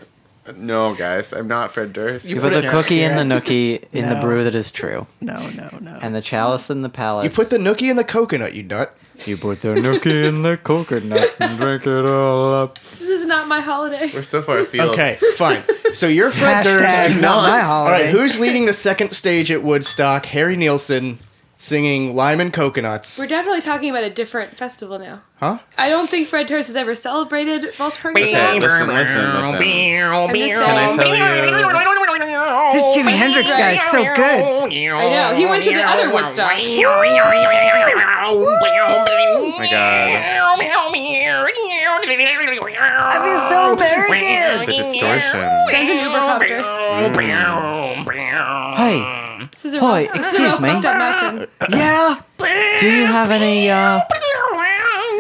D: No, guys, I'm not Fred Durst.
B: You put the cookie in the nookie in the
E: No.
B: brew that is true,
E: No, no, no.
B: and the chalice in the palace.
A: You put the nookie in the coconut, you nut.
B: you put the nookie in the coconut and drink it all up.
C: This is not my holiday.
D: We're so far afield.
A: Okay, fine. So you're Fred Durst.
E: Hashtag not my
A: All right,
E: holiday.
A: who's leading the second stage at Woodstock? Harry Nielsen singing Lime and Coconuts.
C: We're definitely talking about a different festival now.
A: Huh?
C: I don't think Fred Durst has ever celebrated Valspark.
D: Okay, listen, listen, listen.
C: I'm just
D: I
C: saying.
D: tell you.
E: this Jimi
C: Oh,
E: Hendrix guy is so
C: I
E: good.
C: know. He went to the other Woodstock.
D: Oh my god.
E: I feel so American.
D: The distortion.
C: Sends an Uber helicopter.
B: Hey,
C: This is a
B: Hi,
C: real- this is a
B: excuse
C: real
B: me.
C: fucked up mountain.
E: Yeah.
B: do you have any uh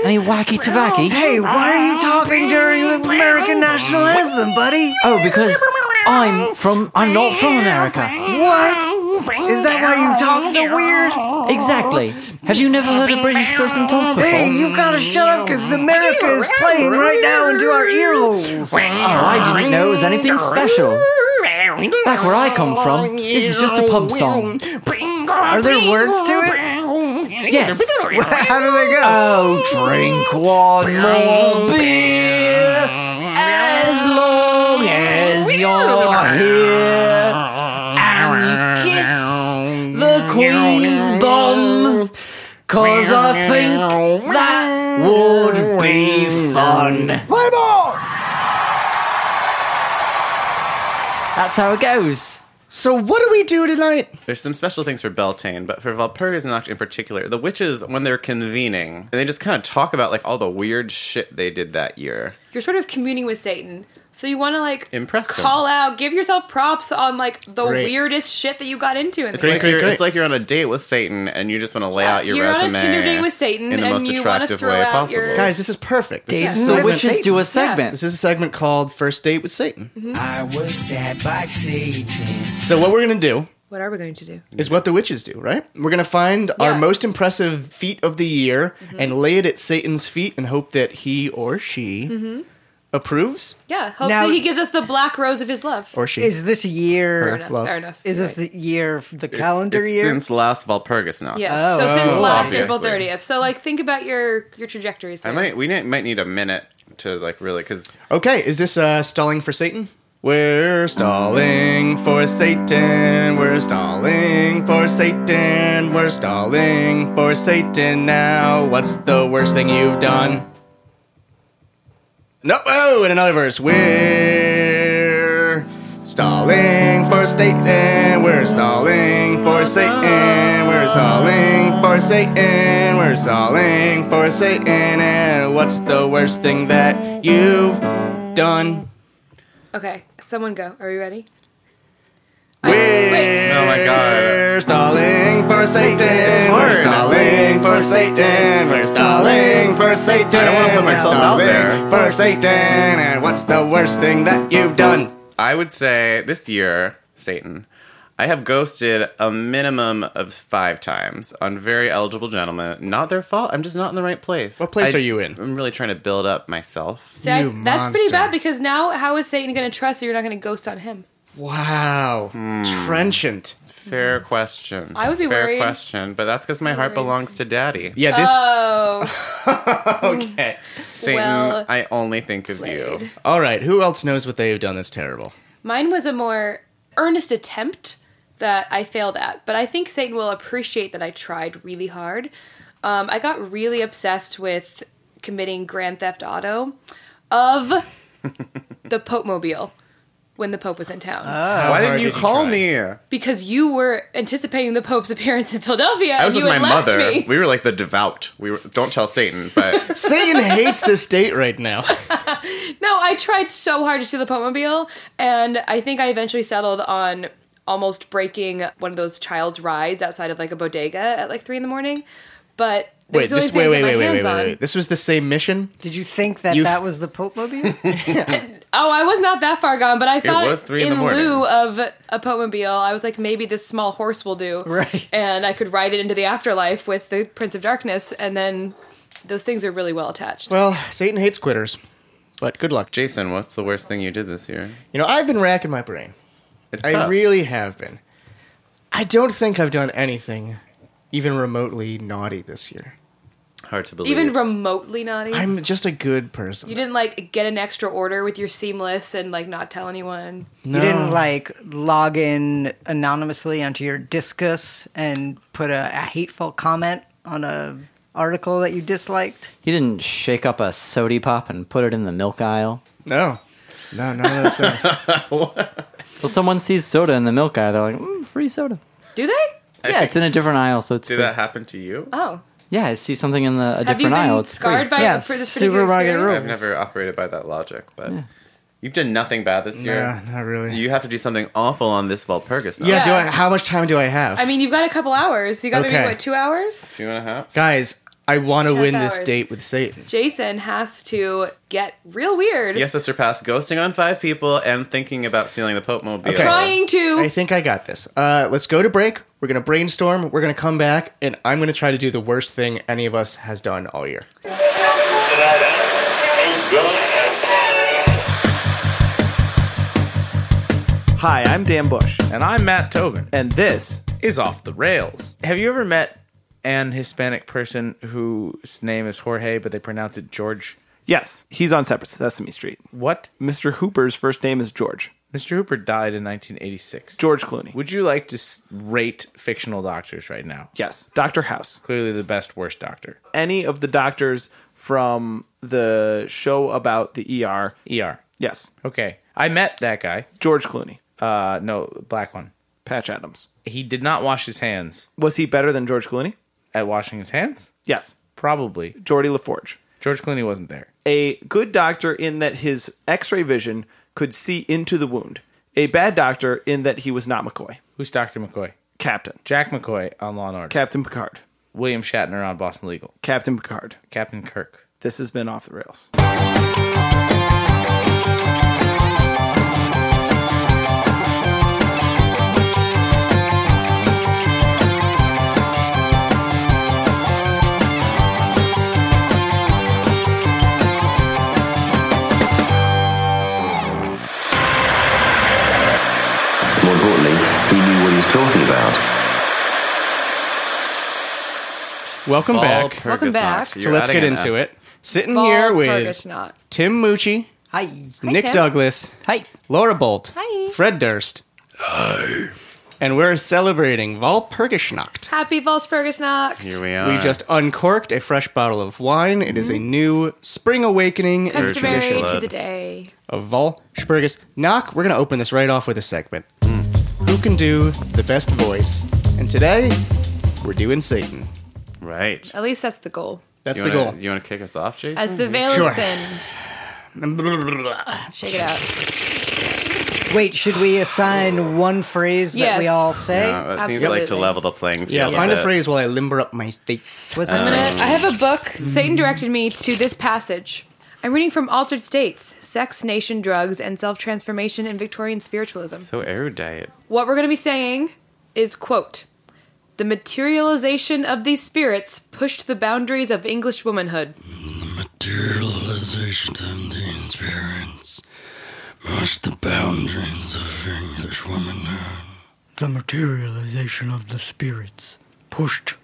B: any wacky tobacco?
E: Hey, why are you talking during the American national anthem, buddy?
B: Oh, because I'm from I'm not from America.
E: What? Is that why you talk so weird?
B: Exactly. Have you never heard a British person talk before?
E: Hey, you gotta shut up because America is playing right now into our ear holes.
B: Oh, I didn't know it was anything special. Back where I come from, this is just a pub song.
E: Are there words to it?
B: Yes.
E: How do they go?
B: Oh, drink one more beer as long as you're here. And kiss the Queen's bum, cause I think that would be fun. That's how it goes.
A: So what do we do tonight?
D: There's some special things for Beltane, but for Valpurgis and Noct in particular, the witches, when they're convening, they just kind of talk about like all the weird shit they did that year.
C: You're sort of communing with Satan. So you want to like
D: Impress him.
C: call out, give yourself props on like the
A: Great.
C: weirdest shit that you got into in the
D: It's like,
A: great,
D: you're,
A: great.
D: it's like you're on a date with Satan and you just want to lay out your
C: You're
D: resume.
C: on a Tinder date with Satan
D: in the
C: and
D: most
C: you wanna
D: attractive
C: throw
D: way
C: out
D: possible.
C: your-
A: Guys, this is perfect. This is, a
E: Dating
B: The
A: segment-
E: with
B: witches do a segment.
A: this is a segment called First Date with Satan.
F: Mm-hmm. I was stabbed by Satan.
A: So what we're gonna do
C: What are we going to do?
A: is what the witches do, right? We're gonna find our
C: Yeah.
A: most impressive feat of the year
F: Mm-hmm.
A: and lay it at Satan's feet and hope that he or she
F: Mm-hmm.
A: approves
C: Yeah, hopefully
E: Now-
C: he gives us the black rose of his love.
A: or she.
E: Is this
C: Fair
E: year?
C: enough.
A: love.
C: Fair enough.
E: Is this
C: Right.
E: the year, of the
D: It's-
E: calendar
D: it's
E: year?
D: Since last Valpurgis Noct.
C: Yes. so since
A: Oh.
C: last
D: Obviously.
C: April 30th. So like think about your your trajectories.
D: I
C: there.
D: might, we ne- might need a minute to like really, because
A: Okay, is this uh, stalling for Satan? We're stalling for Satan. We're stalling for Satan. We're stalling for Satan now. What's the worst thing you've done? No, oh, in another verse. We're stalling for Satan. We're stalling for Satan. We're stalling for Satan. We're stalling for Satan. And what's the worst thing that you've done?
C: Okay, someone go. Are you ready?
A: We're
D: oh my god.
A: stalling for Satan. We're
D: hard.
A: stalling for Satan. We're stalling for Satan.
D: I don't wanna put myself
A: We're
D: out
A: stalling
D: there.
A: For Satan. And what's the worst thing that you've done?
D: I would say this year, Satan, I have ghosted a minimum of five times on very eligible gentlemen. Not their fault. I'm just not in the right place.
A: What place
D: I-
A: are you in?
D: I'm really trying to build up myself.
C: See, I-
A: You
C: that's pretty
A: monster.
C: bad because now how is Satan going to trust that you're not going to ghost on him?
A: Wow.
D: Hmm.
A: Trenchant.
D: Fair question.
C: Hmm. I would be
D: Fair
C: worried.
D: question, but that's because my heart
C: worried.
D: belongs to Daddy.
A: Yeah, this.
C: Oh,
A: okay.
D: Satan,
C: well
D: I only think of you.
C: played.
A: All right. Who else knows what they have done that's terrible?
C: mine was a more earnest attempt that I failed at, but I think Satan will appreciate that I tried really hard. Um, I got really obsessed with committing Grand Theft Auto of the Pope Mobile when the Pope was in town.
A: How
D: Uh, Why
A: hard
D: didn't you
A: did
D: call
A: try?
D: me?
C: because you were anticipating the Pope's appearance in Philadelphia
D: I was
C: and
D: with
C: you
D: my
C: had left
D: mother.
C: me.
D: We were like the devout. We were, don't tell Satan, but
A: Satan hates this state right now.
C: No, I tried so hard to do the Popemobile, and I think I eventually settled on almost breaking one of those child's rides outside of like a bodega at like three in the morning. But it
A: Wait,
C: was the only
A: this,
C: thing
A: wait,
C: I
A: wait,
C: could
A: wait,
C: get my
A: wait, wait,
C: hands
A: wait,
C: on.
A: wait. This was the same mission?
E: Did you think that
A: You-
E: that was the Pope Mobile?
C: Oh, I was not that far gone, but I thought
D: was three in
C: in,
D: the morning.
C: lieu of a Popemobile, I was like, maybe this small horse will do,
E: Right.
C: And I could ride it into the afterlife with the Prince of Darkness, and then those things are really well attached.
A: Well, Satan hates quitters. But good luck.
D: Jason, what's the worst thing you did this year?
A: You know, I've been racking my brain.
D: It's
A: I
D: tough.
A: really have been. I don't think I've done anything even remotely naughty this year.
D: hard to believe.
C: Even remotely naughty.
A: I'm just a good person.
C: You didn't like get an extra order with your seamless and like not tell anyone.
A: no.
E: You didn't like log in anonymously onto your discus and put a, a hateful comment on a article that you disliked.
B: You didn't shake up a sody pop and put it in the milk aisle.
A: No. No, none of those things.
B: So someone sees soda in the milk aisle, they're like, mm, "Free soda."
C: Do they?
B: Yeah, it's in a different aisle, so it's
D: Did
B: free.
D: that happen to you?
C: Oh,
B: Yeah, I see something in the a
C: have you
B: different
C: been
B: aisle. It's free.
C: scarred by
E: Yeah,
C: this, for this particular
E: supermarket
C: experience?
E: rules.
D: I've never operated by that logic, but you've done nothing bad this year.
A: yeah, not really.
D: You have to do something awful on this Valpurgis. now.
A: yeah, do I,
C: Yeah.
A: how much time do I have?
C: I mean, you've got a couple hours. You got
A: Okay.
C: maybe what two hours?
D: Two and a half.
A: Guys, I want to
C: Half
A: win this
C: hours.
A: date with Satan.
C: Jason has to get real weird,
D: He has to surpass ghosting on five people and thinking about stealing the Pope Mobile.
A: Okay.
C: trying to.
A: I think I got this. Uh, let's go to break. We're going to brainstorm. We're going to come back, and I'm going to try to do the worst thing any of us has done all year.
G: Hi, I'm Dan Bush. And I'm Matt Tobin. And this is Off the Rails. Have you ever met an Hispanic person whose name is Jorge, but they pronounce it George?
H: Yes, he's on Separate Sesame Street.
G: What?
H: Mr. Hooper's first name is George.
G: Mr. Hooper died in 1986.
H: George Clooney.
G: Would you like to s- rate fictional doctors right now?
H: yes, Dr. House.
G: Clearly the best worst doctor.
H: Any of the doctors from the show about the ER.
G: ER.
H: Yes,
G: Okay. I met that guy.
H: George Clooney.
G: Uh no, black one.
H: Patch Adams.
G: He did not wash his hands.
H: Was he better than George Clooney?
G: At washing his hands?
H: Yes,
G: Probably.
H: Geordie LaForge.
G: George Clooney wasn't there.
H: a good doctor in that his x-ray vision could see into the wound a bad doctor in that he was not mccoy
G: Who's Dr. McCoy?
H: captain
G: Jack McCoy on Law and Order.
H: captain picard
G: William Shatner on Boston Legal.
H: captain picard
G: Captain Kirk.
H: this has been off the rails
I: More importantly, he knew what he was talking about.
A: Welcome back.
D: Valpurgis
C: Welcome back.
D: knocked.
C: So
A: so
D: You're
A: let's get
D: adding an
A: into
D: S.
A: it. Sitting
C: Ball
A: here
C: Fergus
A: with
C: not.
A: Tim Mucci,
E: Hi.
A: Nick
C: Tim.
A: Douglas,
E: Hi.
A: Laura Bolt,
C: Hi.
A: Fred Durst. And we're celebrating Walpurgisnacht.
C: Happy Volspergisnacht.
D: Here we are.
A: We just uncorked a fresh bottle of wine. It is a
C: Mm-hmm.
A: new spring awakening in the
C: Customary
A: tradition
C: to
D: blood.
C: the day.
A: of Volspergisnacht. We're going to open this right off with a segment.
D: Mm.
A: Who can do the best voice? And today, we're doing Satan.
D: right.
C: At least that's the goal.
A: That's
D: you
A: the
D: wanna,
A: goal.
D: You want to kick us off, Jason?
C: As the veil
A: Sure.
C: is thinned, shake it out.
E: Wait, should we assign one phrase that we
C: Yes.
E: all say?
D: No, that seems like to
C: Absolutely.
D: level the playing field.
A: Yeah,
D: a
A: find a
D: bit.
A: phrase while I limber up my face.
D: Uh,
E: What's
A: Uh,
C: I'm gonna. I have a book. Satan directed me to this passage. I'm reading from Altered States Sex, Nation, Drugs, and Self Transformation in Victorian Spiritualism.
D: So erudite.
C: what we're going to be saying is quote the materialization of these spirits pushed the boundaries of english womanhood
J: materialization of the experience pushed the boundaries of English womanhood.
F: The materialization of the spirits pushed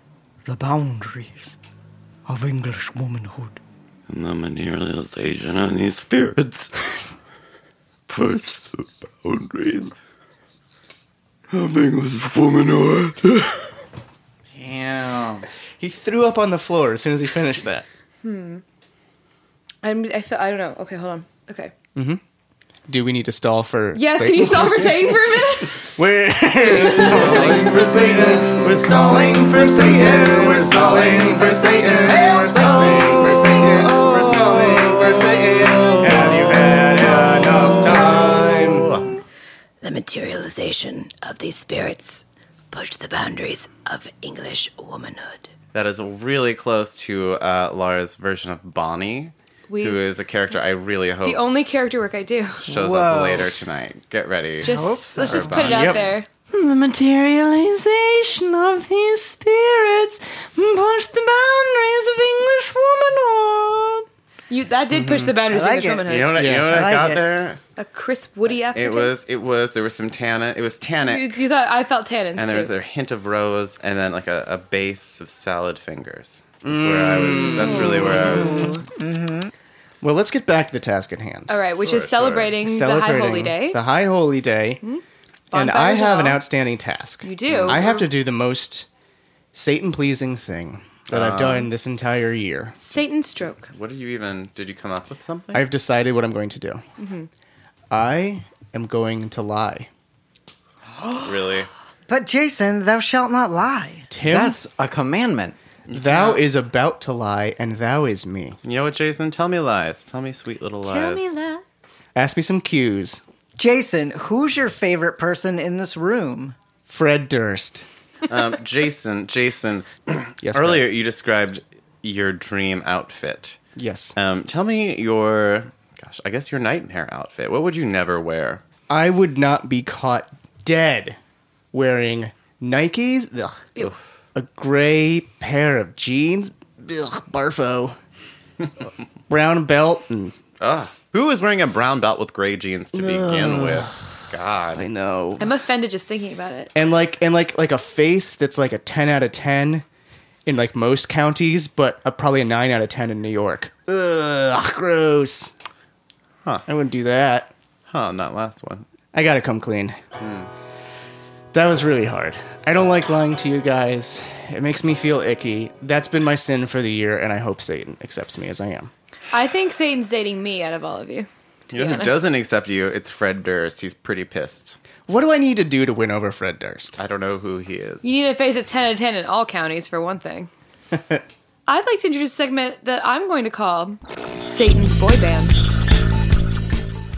F: the boundaries of English womanhood.
I: And the materialization of these spirits pushed the boundaries of English womanhood.
B: Damn.
A: He threw up on the floor as soon as he finished that.
C: I'm, I, feel, I don't know okay hold on okay
A: Do we need to stall for?
C: yes
A: Satan?
C: can you stop for satan for a minute
A: We're stalling for Satan. We're stalling for Satan. We're stalling for Satan. We're stalling for Satan. We're stalling for Satan. Have you had enough time?
C: the materialization of these spirits pushed the boundaries of english womanhood
D: That is really close to uh, Laura's version of Bonnie,
C: We-
D: who is a character I really hope
C: the only character work i do
D: shows up
E: Whoa.
D: later tonight. Get ready.
C: just let's just put it out
A: Yep.
C: there
B: The materialization of these spirits pushed the boundaries of English womanhood.
C: you that did push the boundaries
E: I like
C: of english
E: it.
D: you
C: womanhood
D: know what, I- you
A: Yeah.
D: know what I,
E: I like
D: got
E: it.
D: there?
C: a crisp woody after
D: It was, it was, there was some tannin. It was
C: you,
D: tannic.
C: you thought i felt tannins
D: And there
C: too.
D: was a hint of rose and then like a, a base of salad fingers. That's where I was, that's really where I was.
C: Mm.
A: Well, let's get back to the task at hand.
C: all right which
D: Sure,
C: is
D: sure.
C: celebrating,
A: Celebrating
C: the high holy day
A: The High Holy Day. And
C: Bonfires
A: I have an
C: all.
A: outstanding task.
C: You do?
A: I have to do the most Satan pleasing thing that I've done this entire year.
C: Satan stroke.
D: What did you even, did you come up with something?
A: I've decided what I'm going to do.
C: Mm-hmm.
A: I am going to lie.
D: really?
E: But Jason, thou shalt not lie.
A: Tim,
B: That's a commandment.
A: thou is about to lie, and thou is me.
D: You know what, Jason? Tell me lies. Tell me sweet little lies.
C: Tell me that.
A: Ask me some cues.
E: Jason, who's your favorite person in this room?
A: Fred Durst.
D: Um, Jason, Jason,
A: Yes. Fred.
D: earlier you described your dream outfit.
A: Yes.
D: Um, tell me your, gosh, I guess your nightmare outfit. What would you never wear?
A: I would not be caught dead wearing Nikes, ugh,
C: Ew.
A: a gray pair of jeans, ugh, barfo, brown belt, mm, and
D: Who is wearing a brown belt with gray jeans to begin with?
A: I
D: God.
A: know,
C: I'm offended just thinking about it.
A: and like and like like a face that's like a ten out of ten in like most counties, but a, probably a nine out of ten in New York. Ugh, gross.
D: Huh.
A: I wouldn't do that.
D: Huh, and that last one.
A: I gotta come clean. That was really hard. I don't like lying to you guys. It makes me feel icky. That's been my sin for the year, and I hope Satan accepts me as I am.
C: I think Satan's dating me out of all of you.
D: You know who
C: honest.
D: doesn't accept you? It's Fred Durst. He's pretty pissed.
A: What do I need to do to win over Fred Durst?
D: I don't know who he is.
C: You need a face at 10 out of 10 in all counties, for one thing. I'd like to introduce a segment that I'm going to call Satan's Boy Band.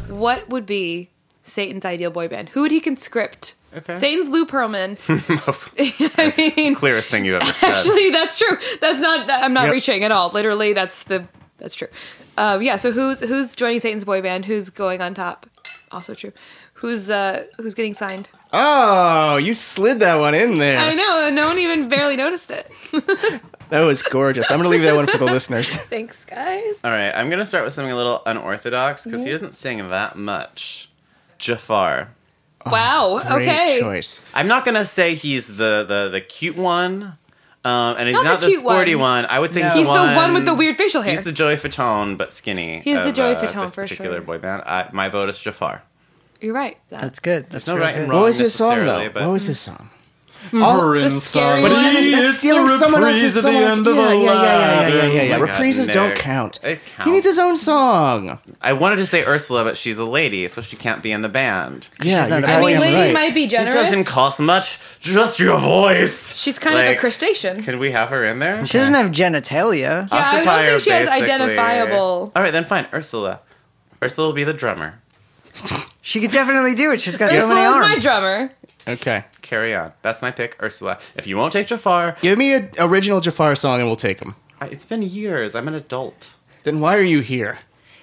C: What would be Satan's ideal boy band? Who would he conscript? Okay. Satan's Lou Pearlman. I mean,
D: Clearest thing you've ever said.
C: actually, that's true. That's not. I'm not
A: Yep.
C: reaching at all. Literally, that's the. That's true. Um, yeah. So who's who's joining Satan's boy band? Who's going on top? Also true. Who's uh who's getting signed?
A: Oh, you slid that one in there.
C: I know. No one even barely noticed it.
A: That was gorgeous. I'm gonna leave that one for the listeners.
C: Thanks, guys.
D: All right, I'm going to start with something a little unorthodox because he doesn't sing that much. Jafar.
C: Wow.
A: Oh, Great
C: okay.
A: choice.
D: I'm not gonna say he's the the, the cute one, um, and he's
C: Not
D: not,
C: the
D: the,
C: cute
D: sporty
C: one.
D: one. I would say
E: No.
D: he's,
C: He's
D: the,
C: the
D: one,
C: one with the weird facial hair.
D: He's the Joey Fatone, but skinny.
C: He's the
D: of,
C: Joey
D: uh,
C: Fatone,
D: this
C: for
D: particular
C: sure.
D: boy band. I, my vote is Jafar.
C: You're right. Zach.
E: That's good.
D: There's no right and wrong.
A: What was his song
D: necessarily,
A: though?
D: But
A: What was his song?
C: the scary
A: But
C: one.
A: he, that's stealing someone else's someone else's. Yeah, yeah, yeah, yeah, yeah, yeah, yeah. yeah.
D: Oh my God,
A: Reprises don't
D: Nick.
A: count.
D: It
A: He needs
D: counts.
A: his own song.
D: I wanted to say Ursula, but she's a lady, so she can't be in the band.
A: Yeah,
E: not
A: you're
E: a bad
C: I mean,
A: goddamn
C: Lady
A: right.
C: might be
D: It
C: generous.
D: doesn't cost much. Just your voice.
C: She's kind of a
D: Like,
C: crustacean.
D: Can we have her in there?
E: She doesn't have genitalia.
C: Yeah, I don't
D: Octopi
C: think
D: are
C: she has
D: basically-
C: identifiable-
D: All right, then fine. Ursula. Ursula will be the drummer.
E: She could definitely do it. She's got so
C: Ursula's
E: many
C: my
E: arms.
C: drummer.
A: Okay.
D: Carry on. That's my pick, Ursula. If you won't take Jafar,
A: Give me an original Jafar song and we'll take him.
D: I- it's been years. I'm an adult.
A: Then why are you here?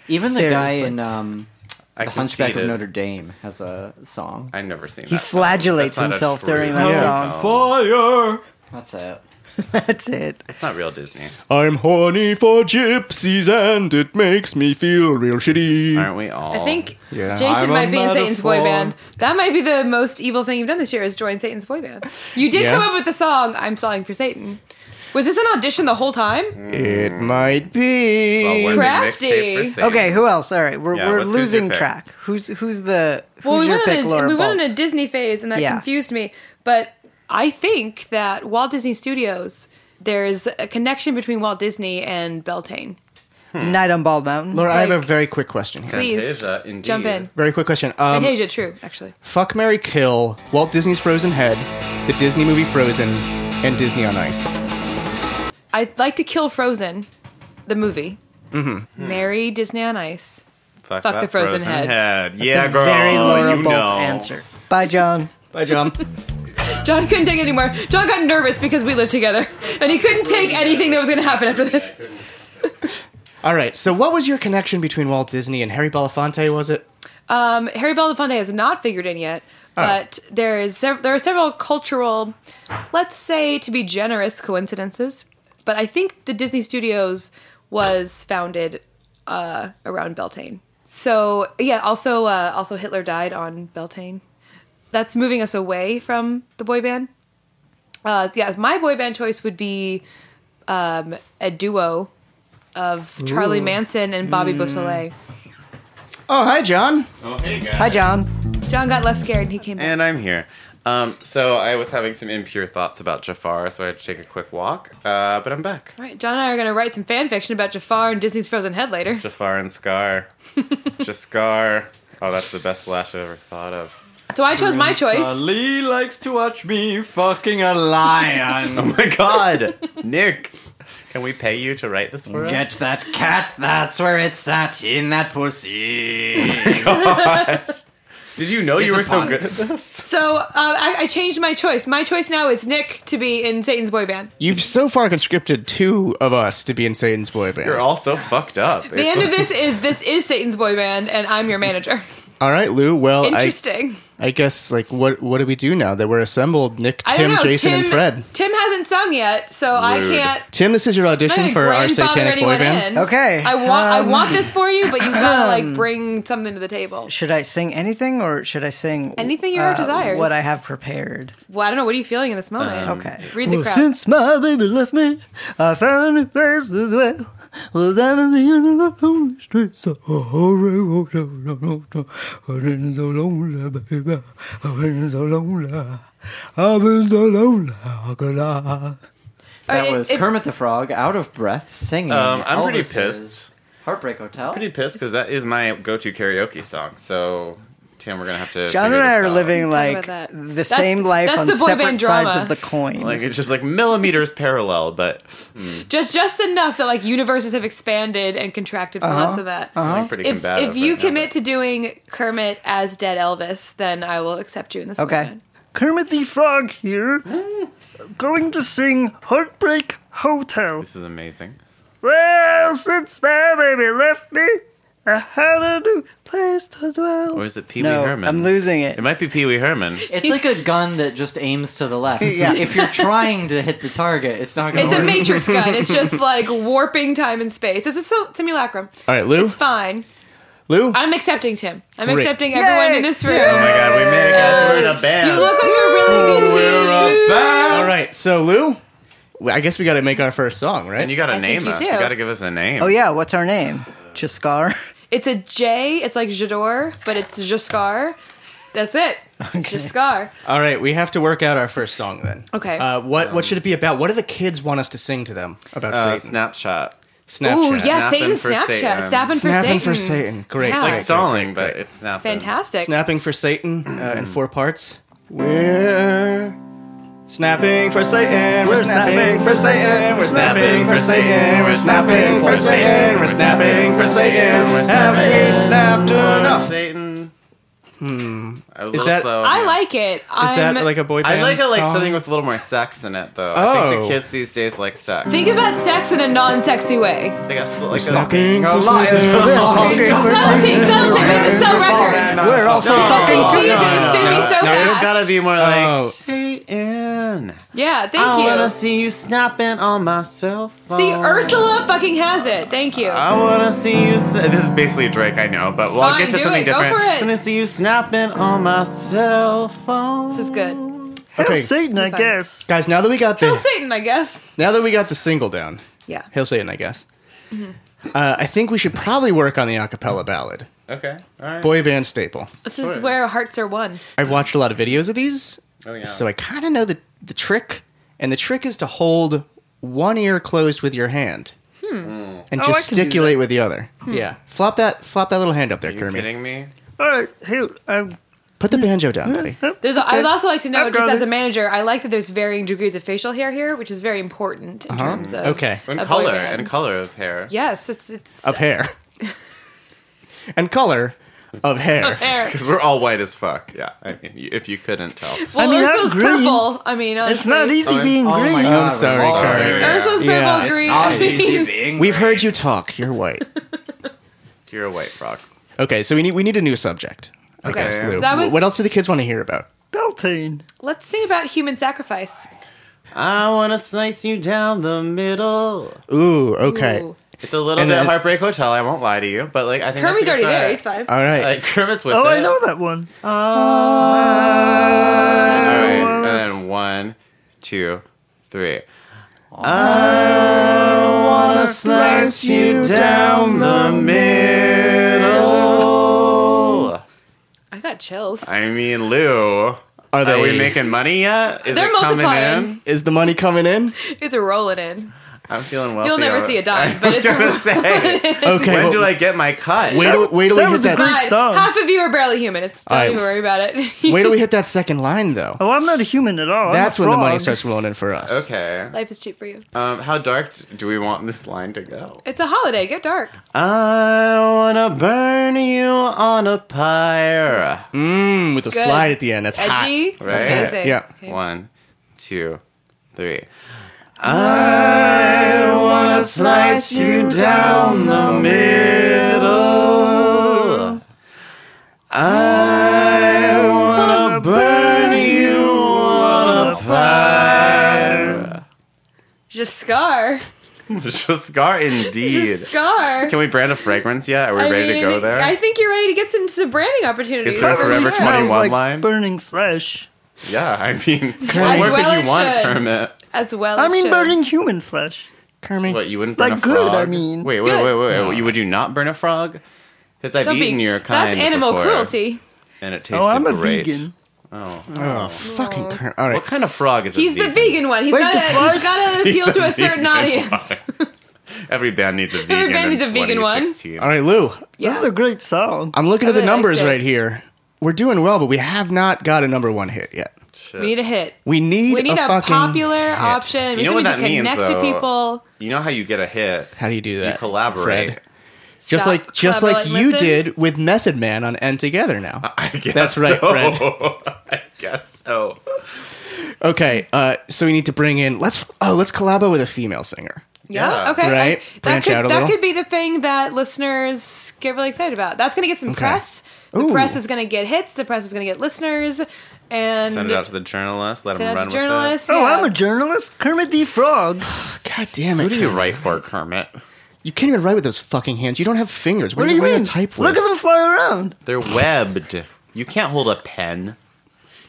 B: Even the guy
E: Seriously.
B: in um,
D: I
B: The Hunchback of
D: conceded.
B: Notre Dame has a song.
D: I've never seen
E: He
D: that.
E: flagellates
D: That's not a
E: himself
D: true
E: during that
D: film.
E: song.
H: Fire.
B: That's it.
E: That's it.
D: It's not real Disney.
A: I'm horny for gypsies and it makes me feel real shitty.
D: Aren't we all?
C: I think
A: Yeah.
C: Jason
H: I'm a
C: might be in Satan's boy
H: metaphor.
C: band. That might be the most evil thing you've done this year is join Satan's boy band. You did
A: Yeah.
C: come up with the song "I'm Stalling for Satan." Was this an audition the whole time?
A: It might be.
D: Well, Oh, we're the
C: Crafty.
D: mixtape for Satan.
E: Okay, who else? All right, we're,
D: Yeah,
E: we're
D: what's- who's your
E: losing
D: pick?
E: track. Who's who's the who's
C: Well, we
E: your
C: went,
E: pick,
C: in
E: Laura
C: a, we went
E: Bolt?
C: in a Disney phase, and that
E: Yeah.
C: confused me. But I think that Walt Disney Studios, there's a connection between Walt Disney and Beltane.
E: Night on Bald Mountain.
A: Laura, I have a
C: like-
A: very quick question here.
C: Please
D: Fantasia, indeed.
C: jump in.
A: Very quick question. Um,
C: Fantasia, true, actually.
A: Fuck Mary Kill, Walt Disney's Frozen Head, the Disney movie Frozen, and Disney on Ice.
C: I'd like to kill Frozen, the movie. Mm-hmm. Marry Disney on Ice.
D: Fuck,
C: Fuck
D: that
C: the frozen head.
D: Yeah, girl.
E: Very Laura
D: you
E: Bolt
D: know.
E: answer. Bye, John.
A: Bye, John.
C: John couldn't take it anymore. John got nervous because we lived together, and he couldn't take anything that was going to happen after this.
A: All right. So, what was your connection between Walt Disney and Harry Belafonte? Was it?
C: Um, Harry Belafonte has not figured in yet, but there is sev- there are several cultural, let's say to be generous, coincidences. But I think the Disney Studios was founded uh, around Beltane. So yeah, also uh, also Hitler died on Beltane. That's moving us away from the boy band. Uh, yeah, my boy band choice would be um, a duo of Charlie Manson and Bobby Beausoleil.
A: Oh, hi, John.
D: Oh, hey, guys.
E: Hi, John.
C: John got less scared and he came back.
D: And I'm here. Um, so I was having some impure thoughts about Jafar, so I had to take a quick walk. Uh, but I'm back.
C: All right, John and I are going to write some fan fiction about Jafar and Disney's Frozen Head later.
D: Jafar and Scar. Jascar. Oh, that's the best slash I've ever thought of.
C: So I chose my choice.
H: Lee likes to watch me fucking a lion.
D: Oh my god! Nick! Can we pay you to write this for us?
H: that cat. That's where it sat in that pussy.
D: Did you know you
H: It's
D: were
H: a
D: so
H: pun.
D: good at this?
C: So uh, I, I changed my choice. My choice now is Nick to be in Satan's boy band.
A: You've so far conscripted two of us to be in Satan's boy band.
D: You're all so fucked up.
C: The end of this is this is Satan's boy band, and I'm your manager.
A: all right, Lou. Well, I,
C: Interesting.
A: I guess like what what do we do now that we're assembled? Nick,
C: I,
A: Tim,
C: don't know.
A: Jason,
C: Tim,
A: and Fred.
C: Tim hasn't sung yet, so I
D: Rude.
C: can't.
A: Tim, this is your
C: I'm
A: audition
C: not
A: for
C: gonna
A: our
C: grandfather
A: satanic boy
C: anyone
A: band.
C: in.
E: Okay,
C: I want I
E: um,
C: want this for you, but you gotta like bring something to the table.
E: Should I sing anything, or should I sing uh,
C: Anything your heart desires.
E: What I have prepared.
C: Well, I don't know. What are you feeling in this moment?
E: Okay.
C: Read the crowd.
F: Since my baby left me, I found a place as well. Well, down in the end of the lonely streets, I already walked out. No, no, no. I've been so lonely, baby. I've been so lonely. I've been so lonely. How could I?
C: All right,
B: That
C: it-
B: was
C: it-
B: Kermit the Frog, out of breath, singing.
D: Um, I'm pretty
B: Elvis's
D: pissed.
B: Heartbreak Hotel.
D: pretty pissed because that is my go-to karaoke song. So, Tim, we're gonna have to.
E: John
D: figure
E: and I
D: this
E: are
D: out.
E: living
C: Talk
E: like
C: about that.
E: the
C: That's-
E: same life
C: that's
E: on
C: the boy
E: separate
C: band
E: sides
C: drama.
E: of the coin.
D: like it's just like millimeters parallel, but
C: just just enough that like universes have expanded and contracted for
A: Uh-huh.
C: less of that.
D: I'm pretty
C: If,
D: combative.
C: if you
D: right now,
C: commit
D: but-
C: to doing Kermit as dead Elvis, then I will accept you in this.
E: Okay. Mm.
C: moment.
F: Kermit the Frog here, going to sing Heartbreak Hotel.
D: this is amazing.
F: Well, since my baby left me, I had a new place to dwell.
D: Or is it Pee Wee
E: no,
D: Herman?
E: I'm losing it.
D: It might be Pee Wee Herman.
B: It's like a gun that just aims to the left.
E: Yeah.
B: If you're trying to hit the target, it's not going
C: It's
B: to
C: a
B: work.
C: matrix gun. It's just like warping time and space. It's a sim- simulacrum.
A: All right, Lou.
C: It's Um, fine.
A: Lou.
C: I'm accepting Tim. I'm
A: Great.
C: accepting everyone in this room.
D: Oh my god, we made it, guys. We're in a band.
C: You look like a really good team.
A: all right. So, Lou. well, I guess we got to make our first song, right?
D: and you gotta
C: I think
D: name
C: you
D: us.
C: do.
D: You gotta give us a name.
E: Oh yeah, what's our name? Chiskar.
C: It's a J. It's like Jador, but it's Jascar. That's it. Jascar.
A: All right, we have to work out our first song then.
C: Okay.
A: Uh, what what should it be about? What do the kids want us to sing to them about
D: Um, Uh,
A: Satan?
D: Snapchat.
C: Ooh,
A: Snapchat.
C: yeah, Satan
D: Snapping for
C: Snapchat.
D: Satan.
C: Snapping for
A: Snapping
C: Satan.
A: for Satan. Great.
C: Yeah.
A: It's
D: It's like
C: Alright.
D: stalling, but it's snapping.
C: Fantastic.
A: Snapping for Satan uh, in four parts. We're snapping for Satan. We're snapping for Satan. We're snapping for Satan. We're snapping for Satan. We're snapping for Satan. Have we snapped
D: Come on,
A: enough?
D: Satan.
A: Hmm.
D: I
A: Is that-
C: I like it.
A: Is that like a boy
D: I like
A: band
D: it like
A: song?
D: something with a little more sex in it, though. I think
A: Oh.
D: the kids these days like sex.
C: Think about sex in a non-sexy way.
D: They got sl- like
A: Sucking
D: a
A: for sex.
C: Salty, salty, we have to sell records.
D: We're
C: also sucking seeds and it's doing me so
D: It's
C: fast.
D: gotta be more like
A: Oh.
D: stay in.
C: Yeah, thank
D: I
C: you.
D: wanna see you snapping on myself.
C: See, er-, Ursula fucking has it. Thank you.
F: Uh,
D: I wanna see you. s this is basically Drake, I know, but we'll
C: fine,
D: get to
C: do
D: something
C: it, go
D: different.
C: for it.
D: I'm gonna see you snapping on my cell phone.
C: This is good.
A: Okay,
F: Satan, I
C: Fine.
F: guess.
A: guys. Now that we got
C: Kill
A: the
C: Satan, I guess.
A: now that we got the single down,
C: Yeah.
A: Hail Satan, I guess. Uh, I think we should probably work on the acapella ballad,
D: Okay, all right.
A: boy band staple.
C: This is where hearts are won.
A: I've watched a lot of videos of these,
D: Oh, yeah.
A: so I kind of know the the trick. And the trick is to hold one ear closed with your hand
D: Hmm.
A: and just gesticulate with the other. Yeah, flop that flop that little hand up there,
D: Are you
A: Kermit.
D: kidding me?
F: All right, hey, I'm
A: Put the banjo down, buddy.
C: There's. A, I'd also like to know,
F: I've
C: just
F: got
C: as a
F: it.
C: manager, I like that there's varying degrees of facial hair here, which is very important in terms of
A: Uh-huh. Okay.
D: And
C: a boy
D: color
C: band.
D: and color of hair.
C: Yes, it's it's
A: Of hair and color of hair.
C: hair.
D: Because we're all white as fuck. Yeah, I mean, you- if you couldn't tell.
C: Well,
F: mean, I'm
C: Ursula's
F: green.
C: purple. I mean, honestly.
F: It's not easy
D: Oh,
F: being
D: it's-
F: green.
A: I'm sorry,
D: Sorry.
A: Kermit.
D: Yeah.
C: Ursula's
A: Yeah,
C: purple,
A: it's
C: green. I mean,
A: We've heard you talk. You're white.
D: You're a white frog.
A: Okay, so we need we need a new subject. I
D: Okay.
A: guess, Lou.
C: That was-
A: What else do the kids want to hear about?
F: Beltane.
C: let's sing about human sacrifice.
D: I wanna slice you down the middle.
A: Ooh, okay.
C: Ooh.
D: It's a little
A: And
D: bit
A: then-
D: Heartbreak Hotel. I won't lie to you, but like I think
C: Kermit's
D: that's
C: already
D: your
C: there. He's fine.
D: track.
A: All right.
D: Like Kermit's with
F: Oh,
D: it.
F: I know that one.
D: All right, and then one, two, three. I wanna slice you down the middle.
C: I got chills.
D: I mean, Lou,
A: Are
D: are
A: they
D: we making money yet? Is
C: They're
D: it coming
C: multiplying.
D: in?
A: Is the money coming in?
C: It's a rolling in.
D: I'm feeling wealthy.
C: You'll never
D: already.
C: see a dime,
D: I
C: but
D: was
C: it's
D: gonna
C: a-
D: say.
A: Okay.
D: when
A: well,
D: do I get my cut?
A: wait till wait till we hit
F: was a
A: that.
F: great-
C: God,
F: song.
C: half of you are barely human. It's don't
A: All right.
C: even worry about it.
A: Wait till we hit that second line though.
F: Oh, I'm not a human at all. I'm
A: That's
F: a
A: when the money
F: frog.
A: starts rolling in for us.
D: Okay.
C: Life is cheap for you.
D: Um, how dark do we want this line to go?
C: It's a holiday. Get dark.
D: I wanna burn you on a pyre.
A: Mm, with a
C: Good.
A: slide at the end. That's hot.
C: Edgy.
D: Right.
C: It's amazing.
A: Yeah.
C: Okay.
D: One, two, three. I wanna slice you down the middle. I wanna burn you on a fire.
C: Just scar.
D: Just scar indeed.
C: Just scar.
D: Can we brand a fragrance yet? Are we
C: I
D: ready
C: mean,
D: to go there?
C: I think you're ready to get some, some branding opportunities.
D: Is there a
C: for
D: Forever
C: sure.
D: 21
F: Smells like
D: line?
F: burning flesh.
D: Yeah, I mean,
C: As
D: what
C: well
D: could
C: it
D: you want,
C: should.
D: Kermit?
C: As well.
E: Oh,
F: I
C: it
F: mean,
C: should.
F: burning human flesh.
A: Kermit.
D: What you wouldn't
F: Like
D: burn a
F: good,
D: frog?
F: I mean.
D: wait, wait,
C: Good.
D: wait, wait, wait. You, would you not burn a frog? Because I've
C: Don't be-
D: eaten your kind.
C: That's animal
D: before,
C: cruelty.
D: and it tasted
F: Oh, I'm a
D: great.
F: vegan.
D: Oh,
A: Oh, fucking Kermit. All right.
D: what kind of frog is? a
C: He's the vegan one. He's
F: Wait,
C: got
F: the
C: to.
F: fries-
C: He's got to
D: He's
C: appeal
D: the
C: to a certain
D: vegan
C: audience.
D: Every band needs a vegan.
C: band
D: in
C: needs a vegan one.
D: 2016.
A: All right, Lou.
C: Yeah.
F: This is a great song.
A: I'm looking at the
C: really Oh, liked
A: numbers
C: it.
A: right here. We're doing well, but we have not got a number one hit yet.
C: We need a hit.
A: We need,
C: We need a,
A: fucking
C: popular
A: hit.
C: option. We
D: You know
C: need
D: what
C: to
D: that means,
C: connect to
D: though?
C: people.
D: You know how you get a hit?
A: How do you do that?
D: you collaborate.
A: Fred? Just
C: Stop,
A: like just
C: collaborate,
A: like you
C: listen.
A: did with Method Man on End Together now.
D: I guess
A: That's right,
D: so.
A: Fred.
D: I guess so.
A: Okay, uh, so we need to bring in let's oh let's collab with a female singer.
C: Yeah.
D: Yeah.
C: Okay. I-
A: Right?
C: that
A: Branch
C: could
A: out a
C: that
A: little.
C: could be the thing that listeners get really excited about. That's going to get some press. The
A: Ooh.
C: press is going to get hits. The press is going to get listeners. And
D: Send it out to the journalists. Let
C: send
D: them
C: it out to
D: run with
C: journalists.
F: Oh,
C: yeah.
F: I'm a journalist, Kermit the Frog.
A: God damn it!
D: it. Who do you write for, Kermit?
A: You can't even write with those fucking hands. You don't have fingers. What, are
F: What do you
A: what are
F: mean?
A: Type with?
F: Look at them fly around.
D: They're webbed. You can't hold a pen.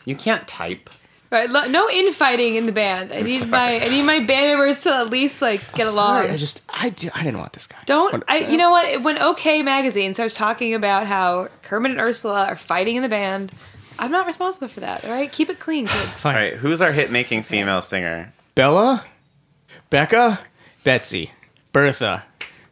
D: You can't type.
C: Right, lo- no infighting in the band. I need my I need my band members to at least like get along.
A: Sorry, I just I do, I didn't want this guy.
C: Don't I? You know what? When OK Magazine starts talking about how Kermit and Ursula are fighting in the band, I'm not responsible for that. All right, keep it clean, kids.
D: All right, who's our hit-making female singer?
A: Bella, Becca, Betsy, Bertha,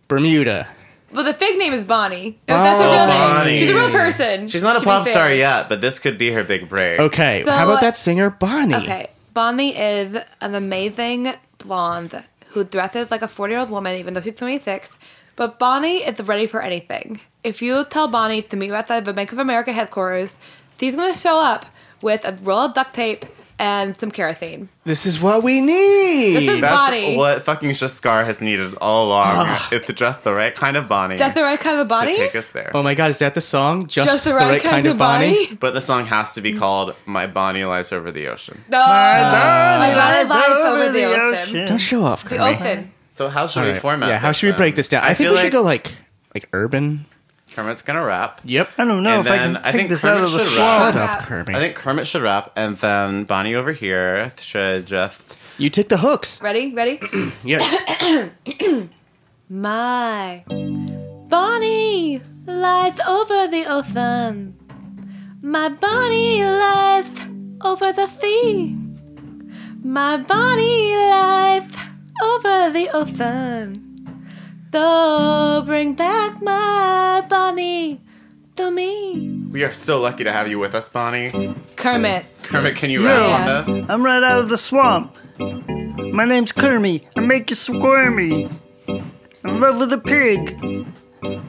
A: Bermuda.
C: Well, the fake name is Bonnie. That's a real name.
D: Oh, Bonnie.
C: She's a real person.
D: She's not
C: to
D: a
C: be
D: pop
C: fair.
D: star yet, but this could be her big break.
A: Okay,
C: So-
A: how about that singer Bonnie?
C: Okay, Bonnie is an amazing blonde who dresses like a 40 year old woman, even though she's 26.
K: But Bonnie is ready for anything. If you tell Bonnie to meet you outside the Bank of America headquarters, he's going to show up with a roll of duct tape and some kerosene.
A: This is what we need.
K: This is
D: That's
K: Bonnie.
D: what fucking Jaskar has needed all along. It's the just the right kind of Bonnie
K: That's the right kind of
D: to
K: Bonnie?
D: take us there.
A: Oh my god, is that the song? Just,
K: Just the right, kind, of Bonnie?
D: But the song has to be called "My Bonnie Lies Over the Ocean."
K: No.
A: Ah.
F: Ah.
D: Ah,
K: My Bonnie lies over the ocean.
A: Don't show off,
K: The
A: Kermit.
K: ocean.
D: So how should
A: All
D: we
A: right.
D: format?
A: Yeah, how
D: this
A: should we
D: then?
A: break this down?
D: I
A: I, think
D: feel
A: we
D: like-
A: should go like like urban.
D: Kermit's gonna rap.
A: Yep.
E: Oh,
F: I don't know
D: And
F: if I
D: then
F: can
D: I
F: take
D: think
F: this
D: Kermit
F: out of the
D: should
A: Shut
F: swamp.
K: Rap.
A: up, Kermit.
D: I think Kermit should rap, and then Bonnie over here should just.
A: you take the hooks.
K: Ready? Ready?
A: Yes.
K: My Bonnie lies over the ocean. My Bonnie lies over the sea. My Bonnie lies over the ocean. So bring back my Bonnie to me.
D: We are so lucky to have you with us, Bonnie.
K: Kermit.
D: Kermit, can you
F: Yeah.
D: rap on this?
F: I'm right out of the swamp. My name's Kermie. I make you squirmy. I'm in love with a pig.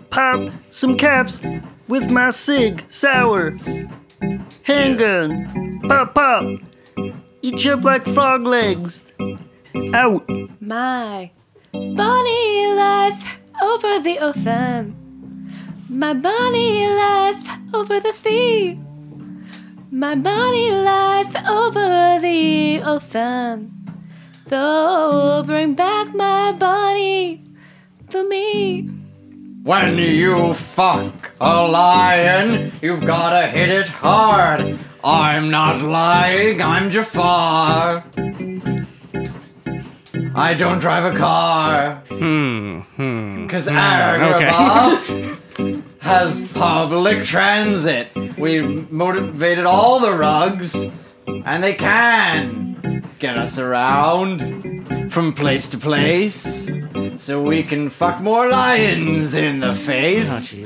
F: Pop some caps with my cig. Sour. Handgun. Pop pop. Eat you up like frog legs. Out.
K: My bunny life over the ocean. My bunny life over the sea. My bunny life over the ocean. So bring back my bunny to me.
B: When you fuck a lion, you've gotta hit it hard. I'm not lying, I'm Jafar. I don't drive a car. Hmm, hmm. Cause Agrabah has public transit. We motivated all the rugs, and they can get us around from place to place so we can fuck more lions in the
F: Oh,
B: face.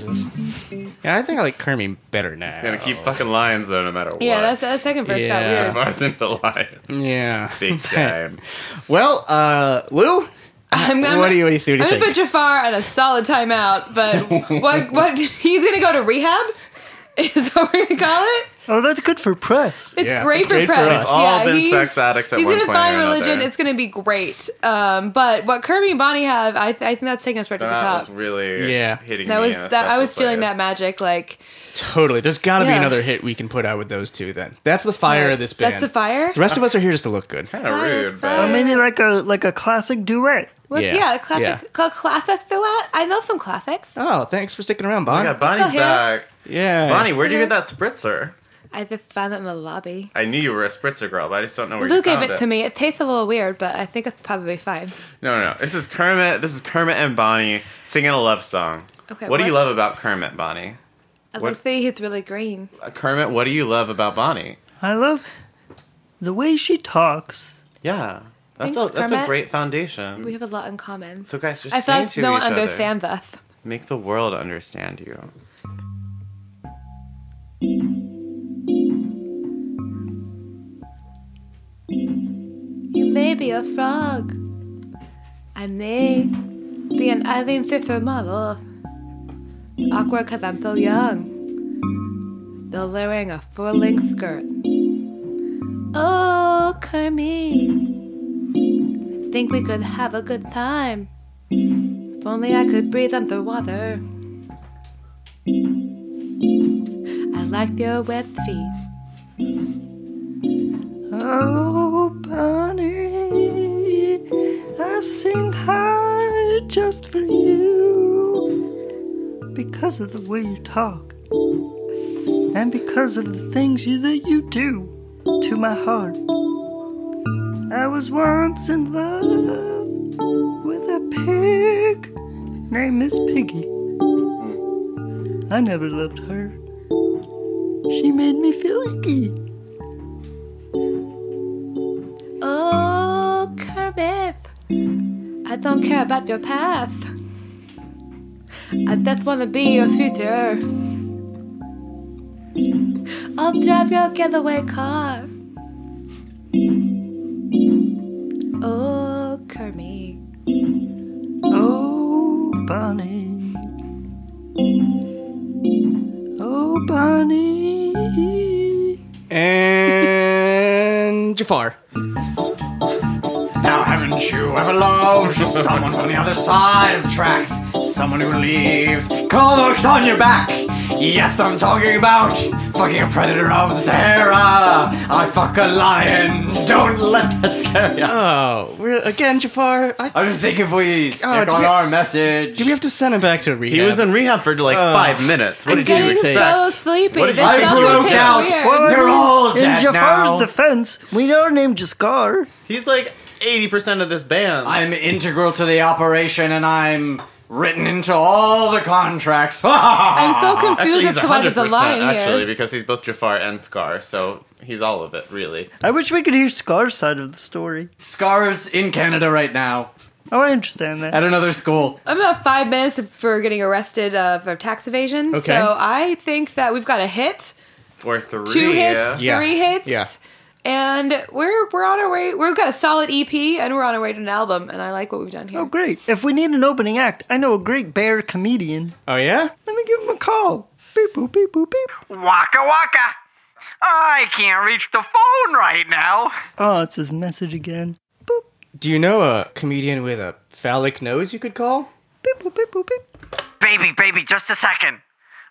A: yeah, I think I like Kermit better now.
D: Gonna keep fucking lions though, no matter what.
K: Yeah, that's that second verse
A: got Yeah.
K: got weird.
D: Mars into lions.
A: Yeah.
D: Big time.
A: Well, uh, Lou,
K: I'm, I'm,
A: what do you what do you, what do you think?
K: I'm gonna put Jafar on a solid timeout, but what what he's gonna go to rehab is what we're gonna call it.
F: Oh, that's good for press.
K: It's
A: Yeah,
K: great
A: it's
K: for
A: great for
K: press.
A: us. We've
D: all
K: yeah,
D: been
K: he's,
D: sex addicts at
K: he's
D: one
K: gonna
D: point or
K: find religion.
D: another.
K: It's gonna be great. Um, but what Kirby and Bonnie have, I, th- I think that's taking us right to the
D: That
K: top.
D: was really
A: Yeah.
D: hitting
K: that
D: me
K: was
D: in a
K: that. I
D: special
K: was feeling
D: place.
K: that magic. Like
A: totally. There's got to be
K: Yeah.
A: another hit we can put out with those two. Then that's the fire of this band.
K: That's the fire.
A: The rest of us are here just to look good.
D: Kinda rude, but
F: Or Uh, maybe like a like a classic duet.
K: What-
A: Yeah,
K: yeah,
A: yeah.
K: classic. cl- classic duet. I know some classics.
A: Oh, thanks for sticking around,
D: Oh my
A: Bonnie.
D: God, Bonnie's
K: Still here?
D: back.
A: yeah,
D: Bonnie, where'd you get that spritzer?
K: I just found it in the lobby.
D: I knew you were a spritzer girl, but I just don't know where
K: Lou
D: you
K: gave
D: found
K: it, to me. It tastes a little weird, but I think it's probably fine.
D: No, no, no. This is Kermit. This is Kermit and Bonnie singing a love song.
K: Okay,
D: What, do you
K: what-
D: love about Kermit, Bonnie?
K: I
D: What-
K: like that he's really green.
D: Uh, Kermit, what do you love about Bonnie?
F: I love the way she talks.
D: Yeah, that's
K: Thanks,
D: a that's a
K: Kermit.
D: great foundation.
K: We have a lot in common.
D: so guys, just
K: I feel
D: sing
K: like
D: to
K: no one
D: each other.
K: understands us.
D: Make the world understand you.
K: You may be a frog. I may be an Irving Fisher model. Awkward because I'm so young. Though wearing a full length skirt. Oh, Kermit. Think we could have a good time. If only I could breathe underwater. I like your webbed feet.
F: Oh, Bonnie, I sing high just for you because of the way you talk and because of the things you, that you do to my heart. I was once in love with a pig named Miss Piggy. I never loved her. She made me feel icky.
K: Oh, Kermit, I don't care about your past. I just want to be your future. I'll drive your getaway car. Oh, Kermit,
F: Oh, Bonnie. Oh, Bonnie.
A: And Jafar.
L: Now, haven't you ever loved someone from the other side of tracks? Someone who leaves comics on your back? Yes, I'm talking about fucking a predator of the Sahara. I fuck a lion. Don't let that scare you.
A: Oh, we're, again, Jafar. I,
L: I'm just thinking we stick
A: Oh, do
L: on
A: we-
L: our message.
A: Do we have to send him back to rehab?
D: He was in rehab for like
A: Uh,
D: five minutes. What
A: I'm
D: did you
A: getting
D: expect?
C: So sleepy.
D: What did
C: this
D: I
C: doesn't
D: broke
C: feel
D: out.
C: weird.
D: What? They're
F: in-
D: all dead
F: In Jafar's
D: now.
F: defense, we don't name Jaskar.
D: He's like eighty percent of this band.
L: I'm integral to the operation and I'm written into all the contracts. I'm
C: so confused
D: Actually,
C: as
D: he's
C: to why there's
D: hundred
C: a lion
D: percent. Actually,
C: here.
D: because he's both Jafar and Scar, so he's all of it, really.
F: I wish we could hear Scar's side of the story.
L: Scar's in Canada right now
F: Oh, I understand that.
L: at another school.
C: I'm about five minutes for getting arrested uh, for tax evasion.
L: Okay.
C: So I think that we've got a hit,
D: Or three.
C: two hits,
D: yeah.
C: three hits,
D: Yeah.
C: and we're we're on our way. We've got a solid EP, and we're on our way to an album. And I like what we've done here.
F: Oh, great. If we need an opening act, I know a great bear comedian.
A: Oh, yeah?
F: Let me give him a call. Beep, boop, beep, boop, beep.
B: Waka waka! I can't reach the phone right now.
F: Oh, it's his message again.
A: Do you know a comedian with a phallic nose you could call?
B: Baby, baby, just a second.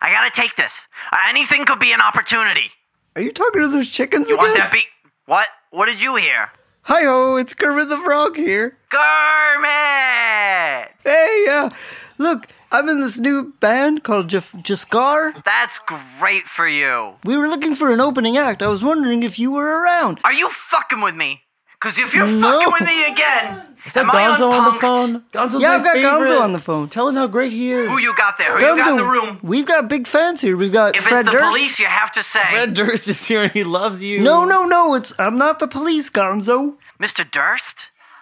B: I gotta take this. Uh, Anything could be an opportunity.
F: Are you talking to those chickens
B: You want
F: again?
B: that beat? What? What did you hear?
F: Hi ho, it's Kermit the Frog here.
B: Kermit!
F: Hey, uh, look, I'm in this new band called Jaf- Jaskar.
B: That's great for you.
F: We were looking for an opening act. I was wondering if you were around.
B: Are you fucking with me? Because if you're
F: No.
B: fucking with me again,
F: Is
B: am I unpunked?
F: phone?
B: Gonzo's
F: yeah,
B: my
F: I've got Gonzo
B: favorite.
F: on the phone. Tell him how great he is.
B: Who you got there? Who you got in the room?
F: We've got big fans here. We've got
B: If it's
F: Fred
B: the
F: Durst.
B: police, you have to say.
D: Fred Durst is here and he loves you.
F: No, no, no. It's I'm not the police, Gonzo.
B: Mr. Durst?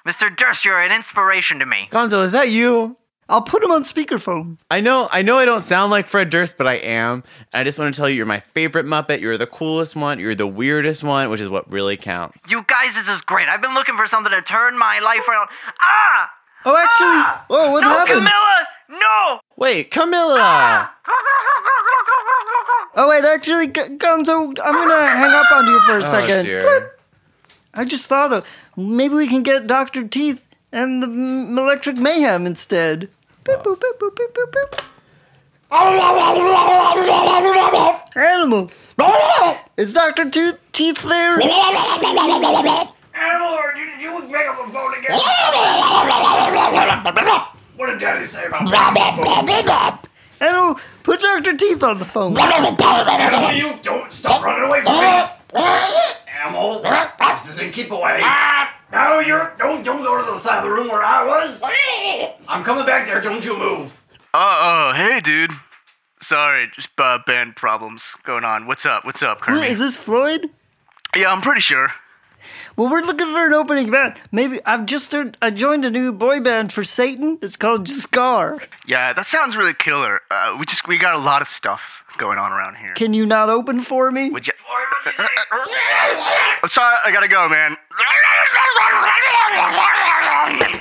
B: Mr. Durst, you're an inspiration to me.
D: Gonzo, is that you?
F: I'll put him on speakerphone.
D: I know, I know, I don't sound like Fred Durst, but I am. And I just want to tell you, you're my favorite Muppet. You're the coolest one. You're the weirdest one, which is what really counts.
B: You guys, this is great. I've been looking for something to turn my life around. Ah!
F: Oh, actually, oh,
B: no, Camilla! No!
D: Wait, Camilla.
F: Oh wait, actually, G- Gonzo, I'm gonna hang up on you for a
D: Oh,
F: second.
D: dear.
F: Bloop. I just thought of maybe we can get Doctor Teeth and the M- Electric Mayhem instead. Boop, boop, boop, boop, boop, boop, boop. Animal. Is Doctor Tooth Teeth there?
B: Animal, or did you make up a phone again?
M: What did Daddy say about
F: Animal, put Doctor Teeth on the phone.
M: Animal, you don't stop running away from me. Animal, this doesn't keep away. No, you're don't don't go to the side of the room where I was. I'm coming back there. Don't you move.
N: Uh oh, hey dude. Sorry, just uh, band problems going on. What's up? What's up,
F: Who-
N: Kirby?
F: Is this Floyd?
N: Yeah, I'm pretty sure.
F: Well, we're looking for an opening band. Maybe I've just started, I joined a new boy band for Satan. It's called Scar.
N: Yeah, that sounds really killer. Uh, we just we got a lot of stuff going on around here.
F: Can you not open for me?
N: Would you? Sorry, I gotta go, man.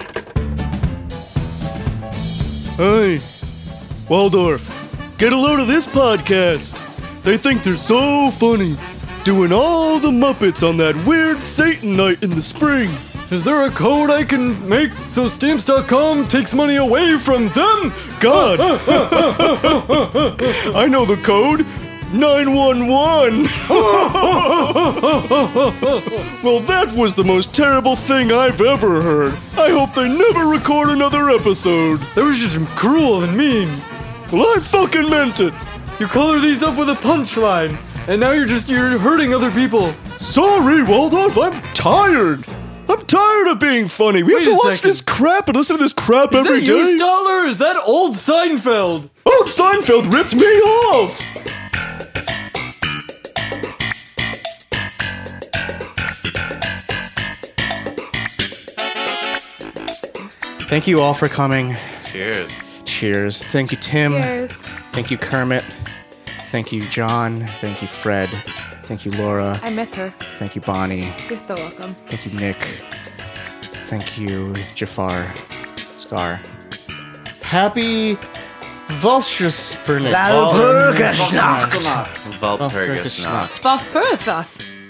O: Hey, Waldorf, get a load of this podcast. They think they're so funny, doing all the Muppets on that weird Satan night in the spring. Is there a code I can make so stamps.com takes money away from them? God! I know the code 911! well, that was the most terrible thing I've ever heard. I hope they never record another episode. That was just cruel and mean. Well, I fucking meant it. You color these up with a punchline, and now you're just you're hurting other people.
P: Sorry, Waldorf, I'm tired. I'm tired of being funny. We
O: Wait
P: have
O: a
P: to watch
O: second.
P: this crap and listen to this crap
O: Is
P: every
O: that
P: day.
O: you, Stoller? or Is that old Seinfeld?
P: Old Oh, Seinfeld ripped me off.
A: Thank you all for coming.
D: Cheers.
A: Cheers. Thank you, Tim.
D: Cheers.
A: Thank you, Kermit. Thank you, John. Thank you, Fred. Thank you, Laura.
C: I miss her.
A: Thank you, Bonnie.
C: You're so welcome.
A: Thank you, Nick. Thank you, Jafar. Scar. Happy Volstraspernick.
O: Oh,
K: Walpurgisnacht.
L: Valpurgisnacht.
K: Buff Perthaf.